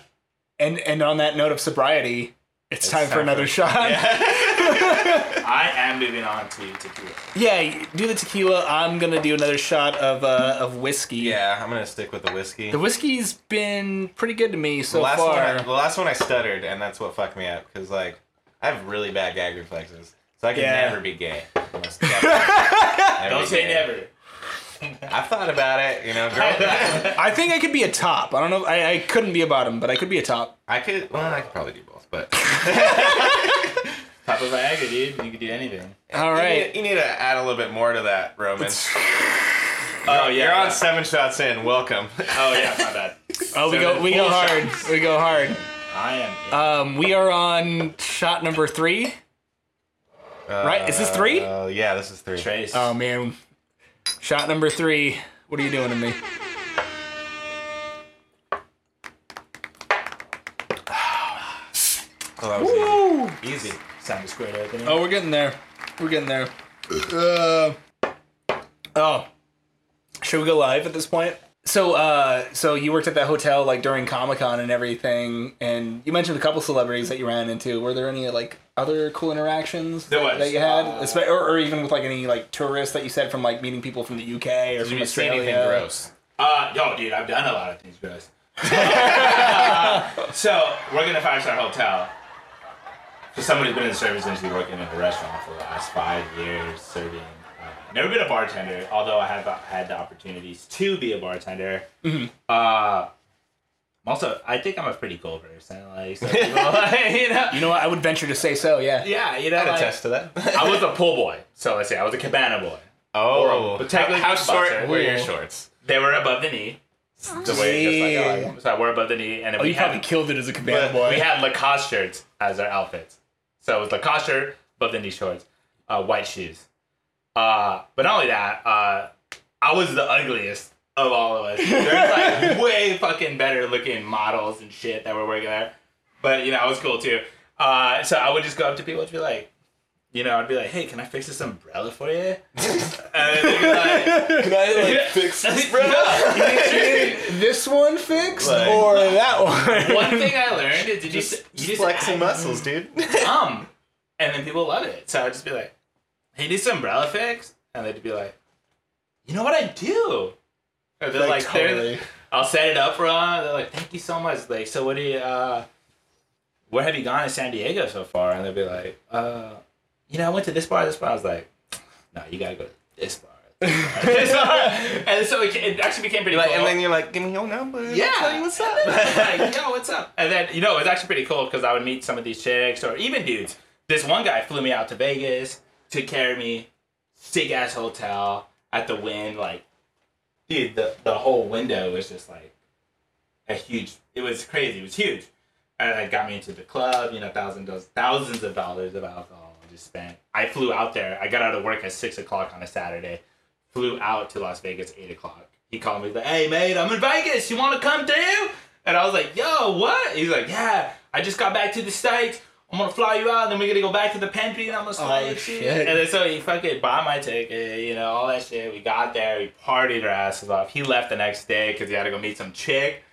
S2: And and on that note of sobriety, it's, time for
S1: time
S2: another shot. <laughs>
S1: <laughs>
S2: Yeah.
S1: I am moving on to tequila.
S2: you do the tequila. I'm gonna do another shot of uh, of whiskey.
S3: Yeah, I'm gonna stick with the whiskey.
S2: The whiskey's been pretty good to me so
S3: the last
S2: far.
S3: one, I, the last one I stuttered, and that's what fucked me up because like I have really bad gag reflexes, so I can
S2: Yeah.
S3: never be
S1: <laughs>
S3: gay. Almost never. Never
S1: Don't
S3: be
S1: say
S3: gay.
S1: <laughs> never.
S3: I've thought about it, you
S1: <laughs>
S3: know, girl.
S2: I think I could be a top. I don't know. I, I couldn't be a bottom, but I could be a top.
S3: I could, well, I could probably do both,
S1: <laughs>
S3: but
S1: Pop a Viagra, dude. You could do anything.
S2: All
S3: you,
S2: right.
S3: need, you need to add a little bit more to that, Roman.
S1: Oh yeah.
S3: <laughs> You're on
S1: yeah.
S3: seven shots in. Welcome.
S1: <laughs> Oh yeah. My bad.
S2: Oh, we go. We go hard. We go hard.
S1: I am.
S2: Um, we are on shot number three. Right? Is this three?
S3: Uh, yeah, this is three.
S1: Trace.
S2: Oh man, shot number three. What are you doing to me?
S3: Oh, that was
S2: Woo!
S3: easy. easy.
S1: Sound is great opening.
S2: Oh, we're getting there. We're getting there. Uh, oh, should we go live at this point? So, uh, so you worked at that hotel like during Comic Con and everything, and you mentioned a couple celebrities that you ran into. Were there any like other cool interactions
S1: There
S2: that,
S1: was. Uh,
S2: that you had, Espe- or, or even with like any like tourists that you said from like meeting people from the UK or
S3: Did
S2: from
S3: you see
S2: Australia?
S3: anything gross?
S1: Uh, yo, dude, I've done a lot of things
S3: <laughs>
S1: gross. so we're gonna five star hotel. So somebody's been in the service industry, working in a restaurant for the last five years, serving. Uh, never been a bartender, although I have uh, had the opportunities to be a bartender.
S3: Mm-hmm.
S1: Uh, I'm also, I think I'm a pretty cool person. Like, so <laughs> people, you
S3: <laughs>
S1: know,
S2: You know what? I would venture to say so. Yeah.
S1: yeah, you know,
S3: I'd
S1: like,
S3: attest to that.
S1: I was a pool boy. So let's say I was a cabana boy.
S3: oh,
S1: But
S3: how,
S1: technically
S3: how
S1: it's
S3: short
S1: butter.
S3: were your
S2: Ooh.
S3: shorts?
S1: They were above the knee. The way, just like, oh, I like them. so I wore above the knee, and then
S2: Oh,
S1: we
S2: you
S1: had,
S2: probably killed it as a cabana
S3: But
S2: boy.
S1: We had Lacoste shirts as our outfits. So it was Lacoste shirt, above the knee shorts, uh, white shoes. Uh, but not only that, uh, I was the ugliest of all of us. There's like way fucking better looking models and shit that were working there. But you know, I was cool too. Uh, so I would just go up to people and be like, you know, I'd be like, hey, can I fix this umbrella for you? and they'd be like,
S3: Can I
S1: <laughs> fix this, bro?
S2: this one fixed
S3: Like-
S2: or that
S1: <laughs>
S2: one?
S1: One thing I learned is did you, s- you just
S3: flexing muscles, dude?
S1: dumb. And then people love it. So I'd just be like, hey, this umbrella fix? And they'd be like, you know what I do? Or they're like, they're- I'll set it up for them. They're like, thank you so much. Like, so what do you, uh, where have you gone in San Diego so far? And they'll be like, uh, you know, I went to this bar, this bar. I was like, no, you gotta go to this bar. <laughs> this bar, this bar." And so it, it actually became pretty
S3: Like,
S1: cool.
S3: and then <laughs> you're like, give me your number. I'll
S1: Yeah.
S3: tell you
S1: <laughs>
S3: what's up.
S1: And
S3: <laughs>
S1: then, like, yo, what's up? And then, you know, it was actually pretty cool because I would meet some of these chicks or even dudes. This one guy flew me out to Vegas, took care of me, sick ass hotel at the wind. Like, dude, the, the whole window was just like a huge, it was crazy. It was huge. And it got me into the club, you know, thousands, thousands of dollars of alcohol just spent. I flew out there. I got out of work at six o'clock on a Saturday flew out to Las Vegas eight o'clock. He called me he's like, "Hey, mate, I'm in Vegas. You want to come through?" And I was like, "Yo, what?" He's like, "Yeah, I just got back to the states. I'm gonna fly you out, and then we're gonna go back to the pantry, and I'm gonna fly
S2: Oh,
S1: you
S2: shit.
S1: shit." And then so he fucking bought my ticket, you know, all that shit. We got there, we partied our asses off. He left the next day because he had to go meet some chick.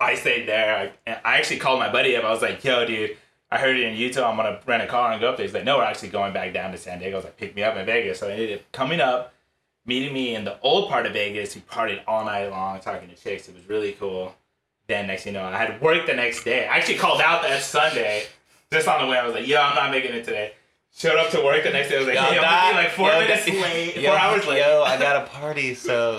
S1: I stayed there. I, and I actually called my buddy up. I was like, "Yo, dude." I heard it in Utah. I'm gonna rent a car and go up there. He's like, no, we're actually going back down to San Diego. I was like, pick me up in Vegas. So I ended up coming up, meeting me in the old part of Vegas. We partied all night long, talking to chicks. It was really cool. Then next thing you know, I had work the next day. I actually called out that Sunday, just on the way. I was like, yo, I'm not making it today. Showed up to work the next day. I was like,
S3: Yo,
S1: hey, I'm
S3: Doc,
S1: gonna be like four
S3: yo,
S1: minutes
S3: Doc,
S1: late,
S3: yo,
S1: four hours late.
S3: Yo, I got a party, so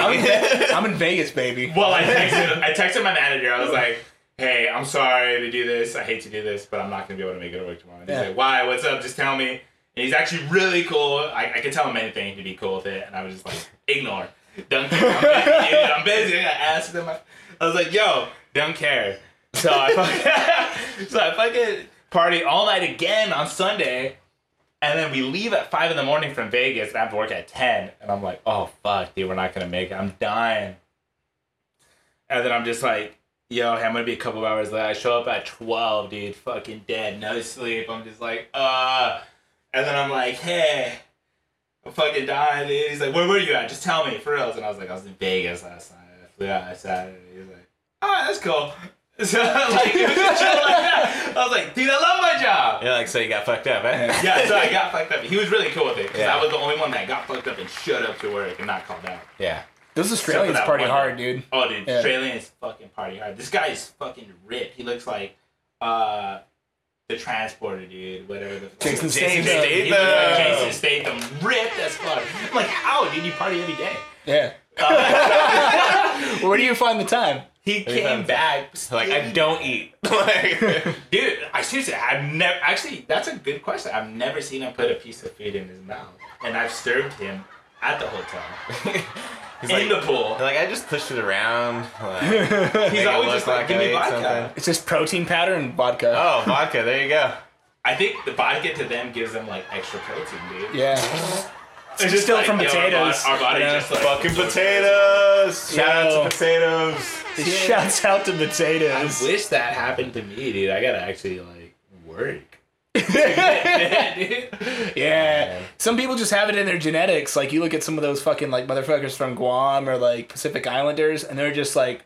S1: <laughs>
S2: I'm in, Ve- I'm in Vegas, baby.
S1: Well, I texted, I texted my manager. I was like, "Hey, I'm sorry to do this. I hate to do this, but I'm not gonna be able to make it to work tomorrow." And he's
S2: Yeah.
S1: like, "Why? What's up? Just tell me." And he's actually really cool. I, I could tell him anything to be cool with it, and I was just like, "Ignore. Don't care. I'm busy. dude. I'm busy." I asked him. I, I was like, "Yo, don't care." So I fucking, so I fucking party all night again on Sunday. And then we leave at five in the morning from Vegas, and I have to work at ten. And I'm like, "Oh fuck, dude, we're not gonna make it. I'm dying." And then I'm just like, yo, hey, I'm gonna be a couple of hours late. I show up at 12, dude, fucking dead, no sleep. I'm just like, uh. And then I'm like, hey, I'm fucking dying, dude. He's like, where were you at? Just tell me, for reals. And I was like, I was in Vegas last night. I flew out on Saturday. He's like, oh, that's cool. <laughs> So, like, it was just chill like that. I was like, dude, I love my job.
S3: You're like, so you got fucked up, eh?
S1: Yeah, so I got fucked up. He was really cool with it because
S3: Yeah.
S1: I was the only one that got fucked up and showed up to work and not called out.
S3: <laughs> yeah.
S2: Those Australians
S1: that
S2: party
S1: one-
S2: hard, dude.
S1: Oh, dude,
S2: Yeah.
S1: Australian is fucking party hard. This guy is fucking ripped. He looks like uh, the transporter, dude. Whatever the fuck.
S2: Jason Statham.
S1: He looks like Jason Statham, ripped as fuck. I'm like, how, dude? You party every
S3: <laughs>
S1: day. Uh,
S2: Yeah. Where do you find the time?
S1: <laughs> He came
S3: times.
S1: back
S3: Like, I don't
S1: <laughs>
S3: eat. like,
S1: dude. I seriously, I've never actually. That's a good question. I've never seen him put a piece of food in his mouth, and I've served him at the hotel
S3: <laughs> he's
S1: in
S3: like,
S1: the pool.
S3: like, I just pushed it around.
S1: <laughs>
S3: Like,
S1: He's
S3: it
S1: always
S3: look
S1: just like,
S3: like
S1: give
S3: I
S1: me
S3: ate
S1: vodka.
S3: something.
S2: It's just protein powder and vodka.
S3: oh, vodka. There you go.
S1: I think the vodka to them gives them like extra protein, dude.
S2: Yeah.
S1: It's
S2: Still from
S1: yo, our bod-
S2: potatoes,
S1: Our body,
S2: you know?
S1: just like
S3: Fucking potatoes. Shout
S2: Yo.
S3: out to potatoes.
S2: Shouts out to
S1: I
S2: potatoes.
S1: wish that happened to me, dude. I gotta actually like
S3: <laughs>
S1: <laughs> work.
S2: Yeah. Some people just have it in their genetics. Like you look at some of those fucking like motherfuckers from Guam or like Pacific Islanders and they're just like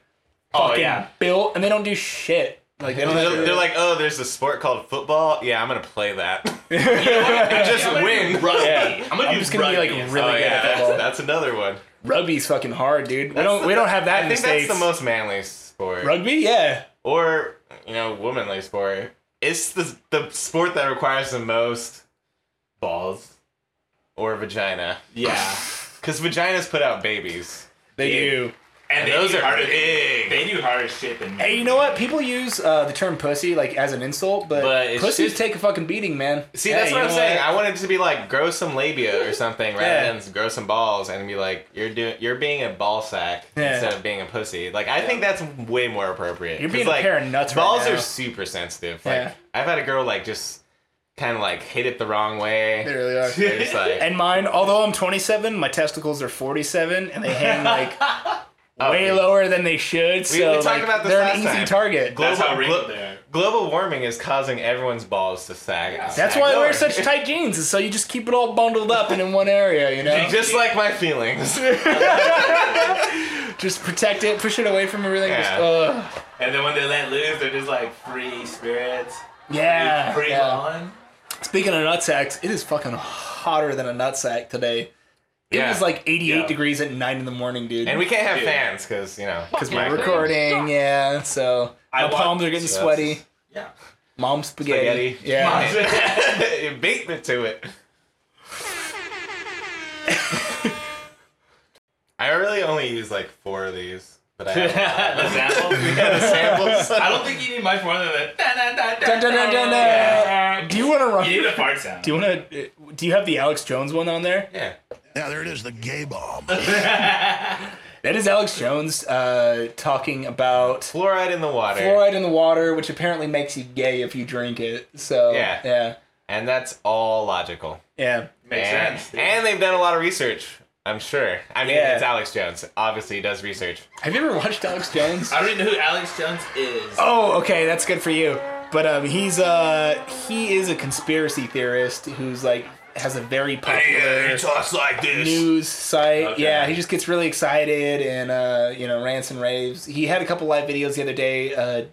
S1: Oh
S2: fucking
S1: yeah.
S2: built and they don't do shit.
S1: <laughs>
S2: Like they don't
S3: They're,
S2: do
S3: they're like, oh, there's a sport called football. Yeah, I'm gonna play that. <laughs> just win.
S1: Rugby.
S2: Yeah.
S1: I'm gonna
S2: I'm
S1: do
S2: just gonna be, like,
S1: rugby.
S2: really
S3: oh
S2: good
S3: yeah,
S2: at
S3: that's,
S2: football.
S3: that's another one.
S2: rugby's fucking hard, dude. We
S3: That's
S2: don't
S3: the-
S2: we don't have that
S3: I
S2: in
S3: think
S2: the
S3: that's
S2: states.
S3: the most manly sport,
S2: rugby, yeah.
S3: or you know, womanly sport. It's the the sport that requires the most balls or vagina,
S1: Yeah.
S3: because vaginas put out babies.
S2: They
S1: Yeah.
S2: do.
S1: And,
S3: And
S1: they
S3: those
S1: do
S3: are
S1: harder,
S3: big.
S1: They do harder shit than me.
S2: Hey, you know what? People use uh, the term pussy like as an insult, but,
S3: But it's
S2: pussies
S3: just-
S2: take a fucking beating, man.
S3: See,
S2: Yeah,
S3: that's
S2: you
S3: what I'm
S2: know
S3: saying. I wanted to be like grow some labia
S2: <laughs>
S3: or something rather
S2: Yeah.
S3: than grow some balls and be like you're doing you're being a ball sack
S2: Yeah.
S3: instead of being a pussy. Like I think that's way more appropriate.
S2: You're
S3: 'Cause,
S2: being a
S3: like,
S2: pair of nuts right
S3: Balls
S2: now.
S3: are super sensitive. Like
S2: Yeah.
S3: I've had a girl like just kind of like hit it the wrong way.
S2: They really are.
S3: <laughs> They're just like,
S2: And mine, although I'm 27, my testicles are 47, and they hang
S3: <laughs>
S2: like
S3: oh,
S2: <laughs> way
S3: we-
S2: lower than they should. So
S3: we talked
S2: like,
S3: about this
S2: they're
S3: last
S2: an easy
S3: time.
S2: target.
S1: That's how
S3: Global-
S1: wrinkled
S3: glo-
S1: they are.
S3: Global warming is causing everyone's balls to sag.
S2: That's
S3: sag
S2: why I wear
S3: lower. <laughs>
S2: such tight jeans, is so you just keep it all bundled up and in one area, you know.
S3: Just like
S2: <laughs>
S3: my feelings.
S2: Just protect it, push it away from everything. Just,
S3: Yeah.
S2: ugh.
S1: And then when they let loose, they're just like free spirits.
S2: yeah.
S1: Free
S2: yeah.
S1: on.
S2: Speaking of nutsacks, it is fucking hotter than a nutsack today. It
S3: Yeah.
S2: was like 88
S1: Yeah.
S2: degrees at 9 in the morning, dude.
S3: and we can't have
S1: Dude.
S3: fans because you know because
S2: We're recording, yeah. So
S1: I
S2: my
S1: want-
S2: palms are getting
S3: Yes.
S2: sweaty.
S1: Yeah.
S2: Mom spaghetti.
S3: Spaghetti.
S2: Yeah.
S1: Mom <laughs>
S3: <laughs> you <laughs> beat me to it. I really only use like four of these,
S1: <laughs>
S3: but I have uh,
S1: the samples.
S3: <laughs> samples.
S1: I don't think you need much more than that.
S2: Dun, dun, dun, dun, dun. Do you want to run?
S1: You need a fart sound.
S2: Do you want to? Do you have the Alex Jones one on there?
S3: <laughs> Yeah.
S6: Now there it is, the gay bomb.
S2: That is Alex Jones uh, talking about
S3: Fluoride in the water.
S2: fluoride in the water, which apparently makes you gay if you drink it. So
S3: Yeah.
S2: yeah,
S3: And that's all logical.
S2: yeah.
S1: Makes
S3: and,
S1: sense.
S3: and they've done a lot of research, I'm sure. I mean,
S2: Yeah.
S3: it's Alex Jones. Obviously, he does research.
S2: Have you ever watched Alex Jones?
S1: I don't even know who Alex Jones is.
S2: Oh, okay, that's good for you. But um, he's uh he is a conspiracy theorist who's like has a very popular
S3: talks like this.
S2: news site.
S1: Okay.
S2: Yeah, he just gets really excited and uh, you know rants and raves. He had a couple live videos the other day uh,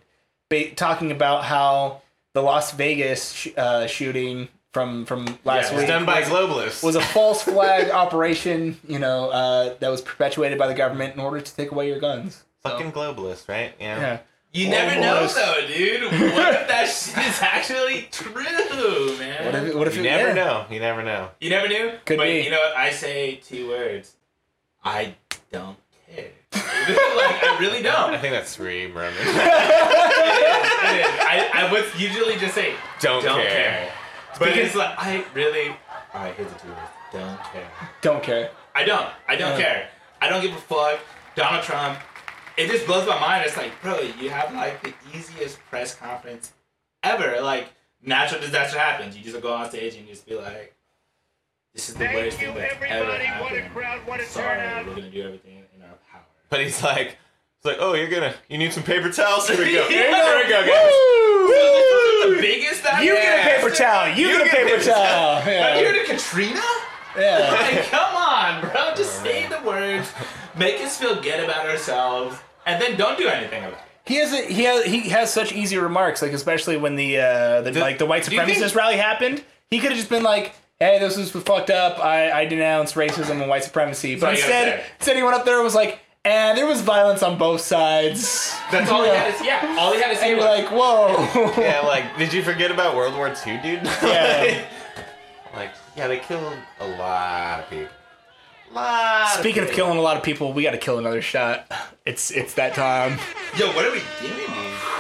S2: ba- talking about how the Las Vegas sh- uh, shooting from from last
S3: it was
S2: week
S3: done by
S2: was-
S3: globalists.
S2: was a false flag <laughs> operation, you know, uh, that was perpetuated by the government in order to take away your guns.
S3: fucking globalist, right?
S2: Yeah.
S1: You never
S3: Oh,
S1: know
S2: Almost.
S1: though,
S3: <laughs>
S1: dude. What if that shit is actually true, man?
S2: What if, it- what if
S3: You
S2: it-
S3: never
S2: yeah.
S3: know. You never know.
S1: You never knew?
S2: Could
S1: but
S2: be.
S1: you know what? I say two words. I don't care. <laughs> like, I
S2: <laughs>
S1: really don't.
S3: I
S1: It is,
S3: think that's three, Roman.
S1: <laughs> it is. I, I would usually just say,
S3: Don't,
S1: don't
S3: care.
S1: care. But
S2: Because-
S1: it's like, I really. Alright, here's the two words. Don't care.
S2: Don't care.
S1: I don't. I don't
S2: Yeah.
S1: care. I don't give a fuck. Donald Trump. It just blows my mind. It's like, bro, you have like the easiest press conference ever. Like, natural disaster happens. You just go on stage and you just be like, this is the worst
S7: Thank you,
S1: thing that ever
S7: everybody. What a
S1: happened.
S7: crowd. What a
S1: Sorry,
S7: turnout.
S1: we're gonna do everything in our power.
S3: But he's like, it's like, oh, you're gonna, you need some paper towels.
S2: <laughs>
S3: Here we go. Here
S1: Yeah.
S3: we go, guys.
S1: The biggest that
S2: You get a
S1: Yeah.
S2: paper towel. You, get, a paper, towel.
S1: But
S2: Yeah.
S1: You're the Katrina?
S2: yeah.
S1: Like, come on, bro. Just say the words, make us feel good about ourselves, and then don't do anything about it.
S2: He has a, he has he has such easy remarks, like especially when the uh the, like the white
S3: you
S2: supremacist
S3: think-
S2: rally happened. He could have just been like, "Hey, this is fucked up. I, I denounce racism and white supremacy." But
S1: all you gotta
S2: instead,
S1: say.
S2: instead he went up there and was like, "And there was violence on both sides."
S1: That's all he
S2: Yeah.
S1: had to say. Yeah, all he had to
S2: <laughs> And
S1: say
S2: you're
S1: was
S2: like, "Whoa."
S3: Yeah, like, did you forget about World War II, dude?
S2: <laughs>
S3: <laughs>
S1: <laughs>
S2: Yeah.
S3: like, yeah, they killed a lot of people. Lot.
S2: Speaking of killing a lot of people, we got to kill another shot. It's it's that time.
S1: Yo, what are we doing, dude?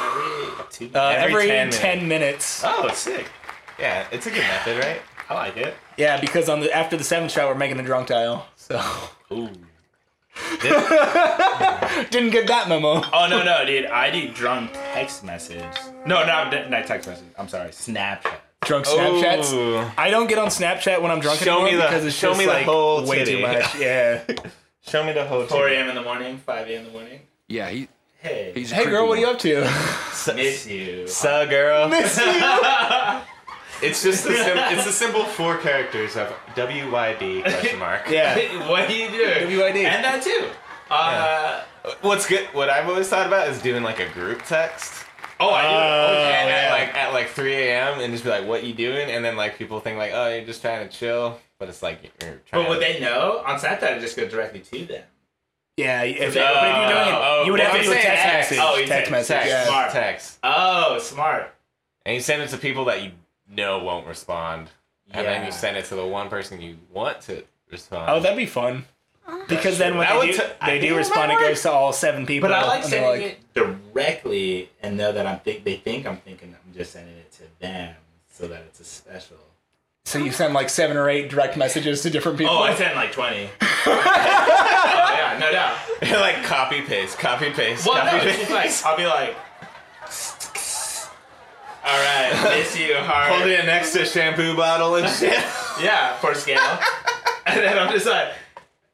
S1: Every two
S2: Uh, every,
S3: Every
S2: 10,
S3: 10
S2: minutes.
S1: Oh, sick.
S3: Yeah, it's a good method, right?
S1: I like it.
S2: Yeah, because on the after the seventh shot, we're making a drunk dial. So
S1: Ooh.
S2: <laughs> didn't get that memo.
S1: Oh no no dude, I do drunk text message. No, not not text message. I'm sorry, Snapchat.
S2: Drunk Snapchats.
S3: Ooh.
S2: I don't get on Snapchat when I'm drunk
S3: Show
S2: anymore
S3: me the-
S2: because it's
S3: show
S2: just
S3: me the
S2: like
S3: whole
S2: way too
S3: titty.
S2: much. Yeah.
S3: Show me the whole
S1: 4
S3: titty.
S1: a.m. in the morning, 5 a.m. in the morning.
S5: Yeah, he,
S1: Hey,
S5: he's. a
S2: hey
S5: creepy
S2: girl, what are you
S5: one.
S2: up to?
S1: miss you.
S3: So,
S2: <laughs>
S3: girl. It's just the sim- it's the simple four characters of WYD
S2: <laughs>
S3: question mark.
S2: yeah.
S1: <laughs> what do you do?
S2: WID.
S1: And that too. Uh,
S3: What's good? What I've always thought about is doing like a group text.
S1: Oh, I do.
S3: at,
S1: Oh,
S3: at, like at like 3 a.m. and just be like, "What you doing?" And then like people think like, "Oh, you're just trying to chill," but it's like you're trying.
S1: But would
S3: to-
S1: they know? On Snapchat, it just goes directly to them.
S2: Yeah. If,
S1: No.
S2: but if you're doing it,
S1: Oh,
S2: you would
S1: well,
S2: have
S1: I'm
S2: to do a
S1: saying
S2: text
S1: text.
S2: message.
S1: Oh, you
S2: text
S1: said
S2: message.
S3: text,
S2: Yeah.
S1: Smart.
S3: text,
S1: Oh, smart.
S3: and you send it to people that you know won't respond, and then
S1: Yeah.
S3: you send it to the one person you want to respond.
S2: Oh, that'd be fun. Because then when
S3: That
S2: they
S3: would
S2: do,
S3: t- I
S2: they
S3: think
S2: do
S3: it
S2: respond, it
S3: might work.
S2: goes to all seven people.
S1: But I like
S2: and they're
S1: sending it directly and know that I'm think they think I'm thinking I'm just sending it to them so that it's a special.
S2: So you send like seven or eight direct messages to different people.
S1: Oh, I sent like 20. <laughs> oh, yeah, no doubt.
S3: <laughs> like copy paste, copy paste,
S1: Well, no,
S3: copy
S1: it's
S3: paste.
S1: just like I'll be like, <laughs> all right, miss you hard.
S3: Hold it next to a shampoo bottle and shit.
S1: Yeah, for scale. <laughs> and then I'm just like,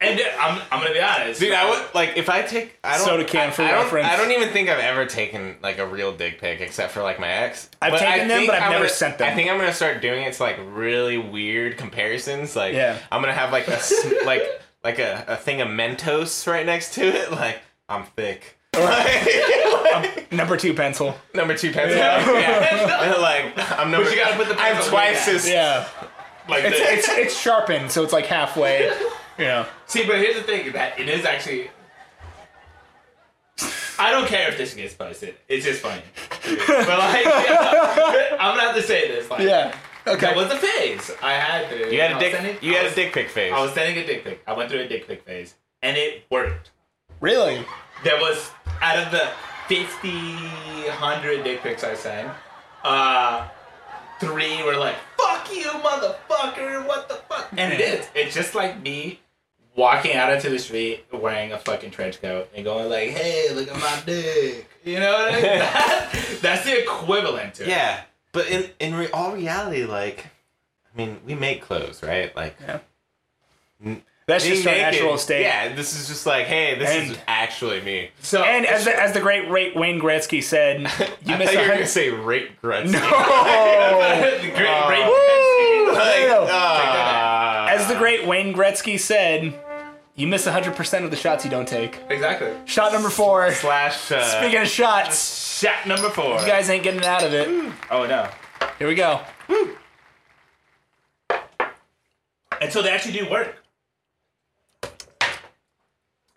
S1: and then I'm I'm gonna be honest, <laughs>
S3: Dude, I would like if I take I don't
S2: Soda can for
S3: I, I don't,
S2: reference.
S3: I don't even think I've ever taken like a real dick pic except for like my ex.
S2: I've
S3: I
S2: taken them,
S3: think
S2: but I've
S3: I'm
S2: never
S3: gonna-
S2: sent them.
S3: I think I'm gonna start doing it to like really weird comparisons. Like
S2: Yeah.
S3: I'm gonna have like
S2: <laughs>
S3: a s- like like a, a thing of Mentos right next to it. Like I'm thick. Like,
S2: Number two pencil.
S3: number two pencil. <laughs> Yeah.
S2: <laughs>
S1: <laughs>
S3: And, like I'm number.
S1: you gotta put the
S3: I'm
S1: pencil
S3: twice
S1: way
S3: as
S2: Yeah.
S1: like
S2: It's,
S1: this.
S2: it's it's sharpened, so it's like
S3: <laughs>
S2: halfway. Yeah.
S1: See, but here's the thing that it is actually. I don't care if this gets posted. It's just funny. but like, <laughs> yeah, I'm gonna have to say this. Like,
S2: Yeah.
S1: That
S2: Okay.
S1: was a phase I had. Through.
S3: You had a
S1: I was sending-
S3: dick. You
S1: I
S3: had
S1: was-
S3: a dick pic face.
S1: I was sending a dick pic. I went through a dick pic phase, and it worked.
S2: Really?
S1: There was out of the 50, 100 dick pics I sent, uh, three were like, "Fuck you, motherfucker! What the fuck?" And it is. It's just like me walking out into the street wearing a fucking trench coat and going like, "Hey, look at my dick." You know what I mean? <laughs> That- that's the equivalent to it.
S3: Yeah, but in in re- all reality, like, I mean, we make clothes, right? Like,
S2: That's
S3: being
S2: just our
S3: naked-
S2: natural state.
S3: Yeah, this is just like, hey, this is
S2: And-
S3: actually me.
S1: So
S2: And as the, as the great Ray- Wayne Gretzky
S3: <laughs>
S2: said,
S3: You
S2: you
S3: I
S2: miss
S3: thought you
S2: a
S3: were gonna
S2: hundred.
S3: say <laughs> rape grunts.
S2: No.
S1: <laughs> the great, great
S2: <laughs> Woo!
S3: Like,
S2: No.
S3: ah.
S2: As the great Wayne Gretzky said, You miss 100% of the shots you don't take.
S1: <laughs> Exactly.
S2: Shot number
S3: <laughs>
S2: four.
S3: Slash. Uh,
S2: Speaking of shots,
S1: Shot number four.
S2: you guys ain't getting out of
S3: Mm.
S2: it.
S1: Oh no.
S2: Here we go.
S1: And so they actually do work.